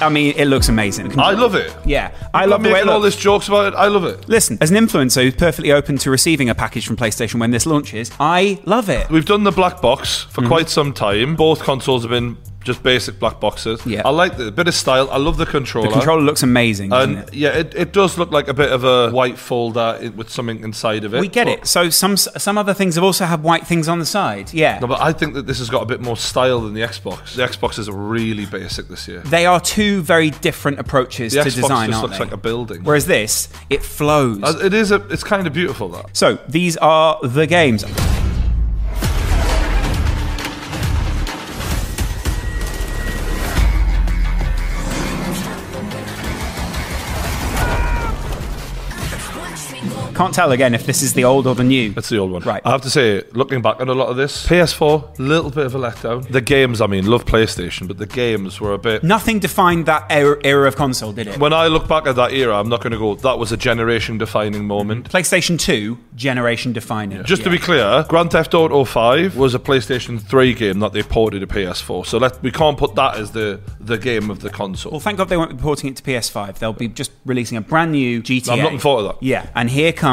Speaker 1: I mean, it looks amazing.
Speaker 2: I love it.
Speaker 1: Yeah, I
Speaker 2: People
Speaker 1: love
Speaker 2: are
Speaker 1: the way it
Speaker 2: making all
Speaker 1: looks.
Speaker 2: this jokes about it. I love it.
Speaker 1: Listen, as an influencer who's perfectly open to receiving a package from PlayStation when this launches, I love it.
Speaker 2: We've done the black box
Speaker 1: Mhm.
Speaker 2: for quite some time. Both consoles have been just basic black boxes. Yeah. I like the bit of style. I love the controller.
Speaker 1: The controller looks amazing, doesn't
Speaker 2: and yeah, it, it does look like a bit of a white folder i- with something inside of it.
Speaker 1: We get
Speaker 2: but-
Speaker 1: it. So some some other things have also had white things on the side. Yeah.
Speaker 2: No, but I think that this has got a bit more style than the Xbox. The Xbox is really basic this year.
Speaker 1: They are two very different approaches
Speaker 2: The
Speaker 1: to
Speaker 2: Xbox
Speaker 1: design,
Speaker 2: just
Speaker 1: aren't
Speaker 2: looks
Speaker 1: they?
Speaker 2: like a building.
Speaker 1: Whereas this, it flows.
Speaker 2: Uh, It is. A, it's kind of beautiful. That.
Speaker 1: So these are the games. Can't tell again if this is the old or the new.
Speaker 2: It's the old one. Right. I have to say, looking back on a lot of this, PS4, little bit of a letdown. The games, I mean, love PlayStation, but the games were a bit.
Speaker 1: Nothing defined that era, era of console, did it?
Speaker 2: When I look back at that era, I'm not going to go, that was a generation defining moment.
Speaker 1: PlayStation 2, generation defining.
Speaker 2: Just to be clear, Grand Theft Auto 5 was a PlayStation 3 game that they ported to PS4. So let we can't put that as the, the game of the console.
Speaker 1: Well, thank God they won't be porting it to PS5. They'll be just releasing a brand new GTA.
Speaker 2: I'm looking forward to that.
Speaker 1: Yeah, and here comes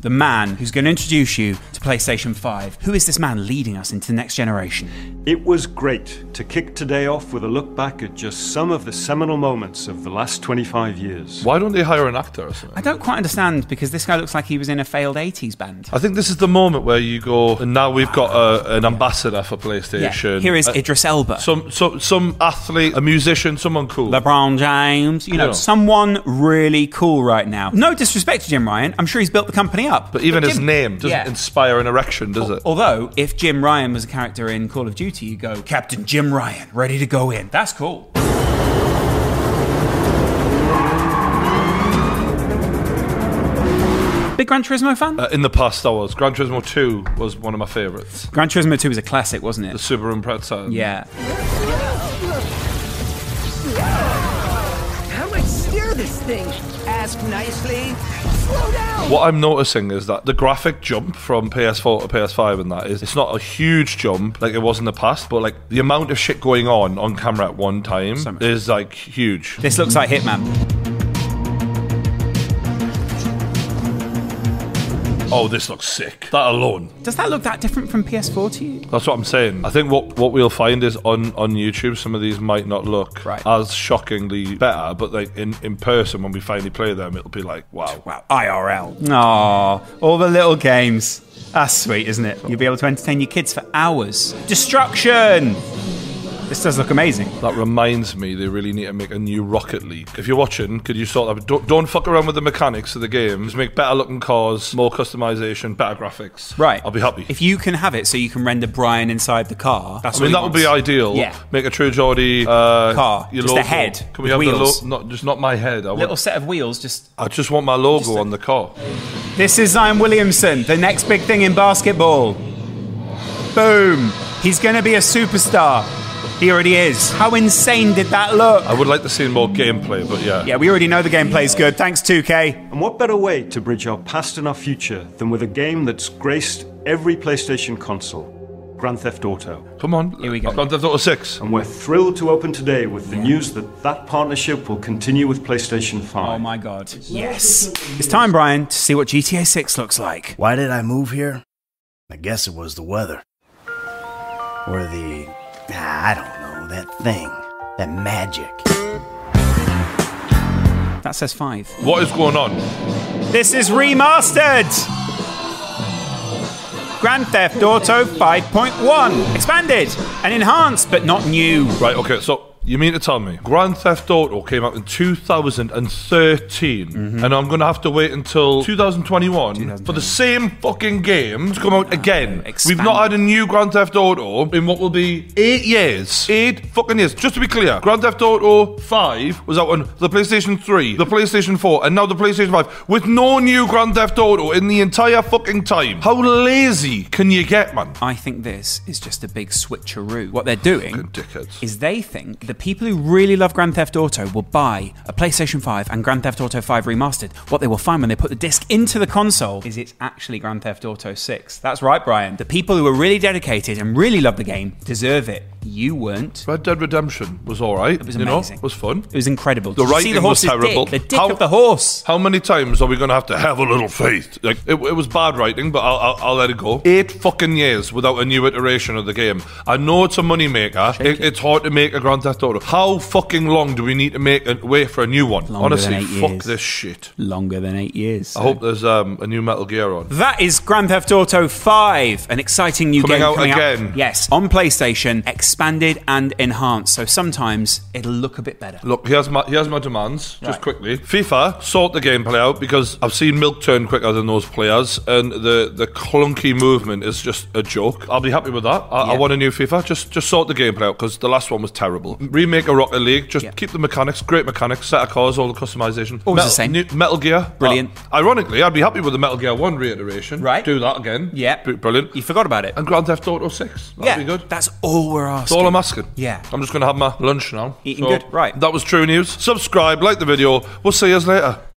Speaker 1: the man who's going to introduce you to PlayStation 5. Who is this man leading us into the next generation?
Speaker 21: It was great to kick today off with a look back at just some of the seminal moments of the last 25 years.
Speaker 2: Why don't they hire an actor or something?
Speaker 1: I don't quite understand because this guy looks like he was in a failed 80s band.
Speaker 2: I think this is the moment where you go, and now we've got a, an ambassador for PlayStation.
Speaker 1: Yeah. Here is
Speaker 2: Uh,
Speaker 1: Idris Elba.
Speaker 2: Some, some, some athlete, a musician, someone cool.
Speaker 1: LeBron James, you know,
Speaker 2: Yeah.
Speaker 1: someone really cool right now. No disrespect to Jim Ryan, I'm sure he's built the company up.
Speaker 2: But even his
Speaker 1: Jim-
Speaker 2: name doesn't
Speaker 1: Yeah. Oh,
Speaker 2: inspire an erection, does it?
Speaker 1: Although, if Jim Ryan was a character in Call of Duty, you go, Captain Jim Ryan, ready to go in. That's cool. Big Gran Turismo fan?
Speaker 2: Uh, in the past, I was. Gran Turismo 2 was one of my favourites.
Speaker 1: Gran Turismo 2 was a classic, wasn't it?
Speaker 2: The Super Impreza.
Speaker 1: Yeah.
Speaker 22: How do I steer this thing? Ask nicely. Slow down!
Speaker 2: What I'm noticing is that the graphic jump from PS4 to PS5 and that is it's not a huge jump like it was in the past, but like the amount of shit going on on camera at one time is like huge.
Speaker 1: This looks like Hitman.
Speaker 2: Oh, this looks sick. That alone.
Speaker 1: Does that look that different from PS4 to you?
Speaker 2: That's what I'm saying. I think what, what we'll find is on, on YouTube, some of these might not look as shockingly better, but like in, in person when we finally play them, it'll be like, wow.
Speaker 1: Wow, IRL. Aww, all the little games. That's sweet, isn't it? You'll be able to entertain your kids for hours. Destruction! This does look amazing.
Speaker 2: That reminds me, they really need to make a new Rocket League. If you're watching, could you sort of don't, don't fuck around with the mechanics of the game. Just make better looking cars, more customization, better graphics.
Speaker 1: Right.
Speaker 2: I'll be happy.
Speaker 1: If you can have it so you can render Brian inside the car, that's
Speaker 2: I mean,
Speaker 1: what
Speaker 2: that
Speaker 1: he
Speaker 2: would be
Speaker 1: wants.
Speaker 2: ideal.
Speaker 1: Yeah.
Speaker 2: Make a True Geordie uh,
Speaker 1: Car,
Speaker 2: Your
Speaker 1: just the
Speaker 2: logo.
Speaker 1: head
Speaker 2: Can we
Speaker 1: with
Speaker 2: have
Speaker 1: wheels.
Speaker 2: the logo? Not, just not my head. I,
Speaker 1: Little
Speaker 2: want,
Speaker 1: set of wheels, just.
Speaker 2: I just want my logo on the car.
Speaker 1: This is Zion Williamson, the next big thing in basketball. Boom! He's going to be a superstar. He already is. How insane did that look?
Speaker 2: I would like to see more gameplay, but yeah.
Speaker 1: Yeah, we already know the gameplay's good. Thanks, 2K.
Speaker 21: And what better way to bridge our past and our future than with a game that's graced every PlayStation console Grand Theft Auto.
Speaker 2: Come on. Here we go. Grand Theft Auto 6.
Speaker 21: And we're thrilled to open today with the news that that partnership will continue with PlayStation 5. Oh
Speaker 1: my god. Yes. It's time, Brian, to see what GTA 6 looks like.
Speaker 3: Why did I move here? I guess it was the weather. Or the. ah, I don't know, that thing. That magic.
Speaker 1: That says 5.
Speaker 2: What is going on?
Speaker 1: This is remastered! Grand Theft Auto 5.1. Expanded and enhanced, but not new.
Speaker 2: Right, okay, so you mean to tell me Grand Theft Auto came out in 2013 and I'm going to have to wait until 2021 for the same fucking game to come out again? We've not had a new Grand Theft Auto in what will be eight years. Eight fucking years. Just to be clear, Grand Theft Auto 5 was out on the PlayStation 3, the PlayStation 4, and now the PlayStation 5 with no new Grand Theft Auto in the entire fucking time. How lazy can you get, man?
Speaker 1: I think this is just a big switcheroo. What they're doing is they think the people who really love Grand Theft Auto will buy a PlayStation 5 and Grand Theft Auto 5 remastered. What they will find when they put the disc into the console is it's actually Grand Theft Auto 6. That's right, Brian. The people who are really dedicated and really love the game deserve it. You weren't.
Speaker 2: Red Dead Redemption was all right. It
Speaker 1: was
Speaker 2: you know?
Speaker 1: amazing.
Speaker 2: It was fun. It
Speaker 1: was incredible.
Speaker 2: The
Speaker 1: Did you see
Speaker 2: writing
Speaker 1: the
Speaker 2: was
Speaker 1: horse's
Speaker 2: terrible.
Speaker 1: dick? The dick of the horse.
Speaker 2: How many times are we going to have to have a little faith? Like it, it was bad writing, but I'll, I'll, I'll let it go. Eight fucking years without a new iteration of the game. I know it's a moneymaker. It, it's hard to make a Grand Theft Auto. How fucking long do we need to make and wait for a new one?
Speaker 1: Longer
Speaker 2: Honestly,
Speaker 1: than eight
Speaker 2: fuck
Speaker 1: years.
Speaker 2: this shit.
Speaker 1: Longer than eight years. so.
Speaker 2: I hope there's um, a new Metal Gear on.
Speaker 1: That is Grand Theft Auto 5, an exciting new
Speaker 2: Coming
Speaker 1: game
Speaker 2: out
Speaker 1: coming
Speaker 2: again.
Speaker 1: out. Yes, on PlayStation, expanded and enhanced. So sometimes it'll look a bit better.
Speaker 2: Look, here's my here's my demands, just
Speaker 1: Right.
Speaker 2: quickly. FIFA, sort the gameplay out because I've seen Milk turn quicker than those players, and the, the clunky movement is just a joke. I'll be happy with that. I, I
Speaker 1: Yeah.
Speaker 2: want a new FIFA. Just just sort the gameplay out because the last one was terrible. Remake a Rocket League. Just keep the mechanics, great mechanics, set of cars, all the customization.
Speaker 1: Always
Speaker 2: Metal,
Speaker 1: the same.
Speaker 2: new- Metal Gear,
Speaker 1: Brilliant.
Speaker 2: Uh, ironically, I'd be happy with the Metal Gear One reiteration. Right, do that again.
Speaker 1: Yeah.
Speaker 2: Br- brilliant.
Speaker 1: You forgot about it.
Speaker 2: And Grand Theft Auto Six. That'd
Speaker 1: Yeah,
Speaker 2: be good.
Speaker 1: That's all we're
Speaker 2: That's
Speaker 1: asking.
Speaker 2: all I'm asking.
Speaker 1: Yeah.
Speaker 2: I'm just going to have my lunch now.
Speaker 1: Eating good,
Speaker 2: Right. That was True News. Subscribe, like the video. We'll see you later.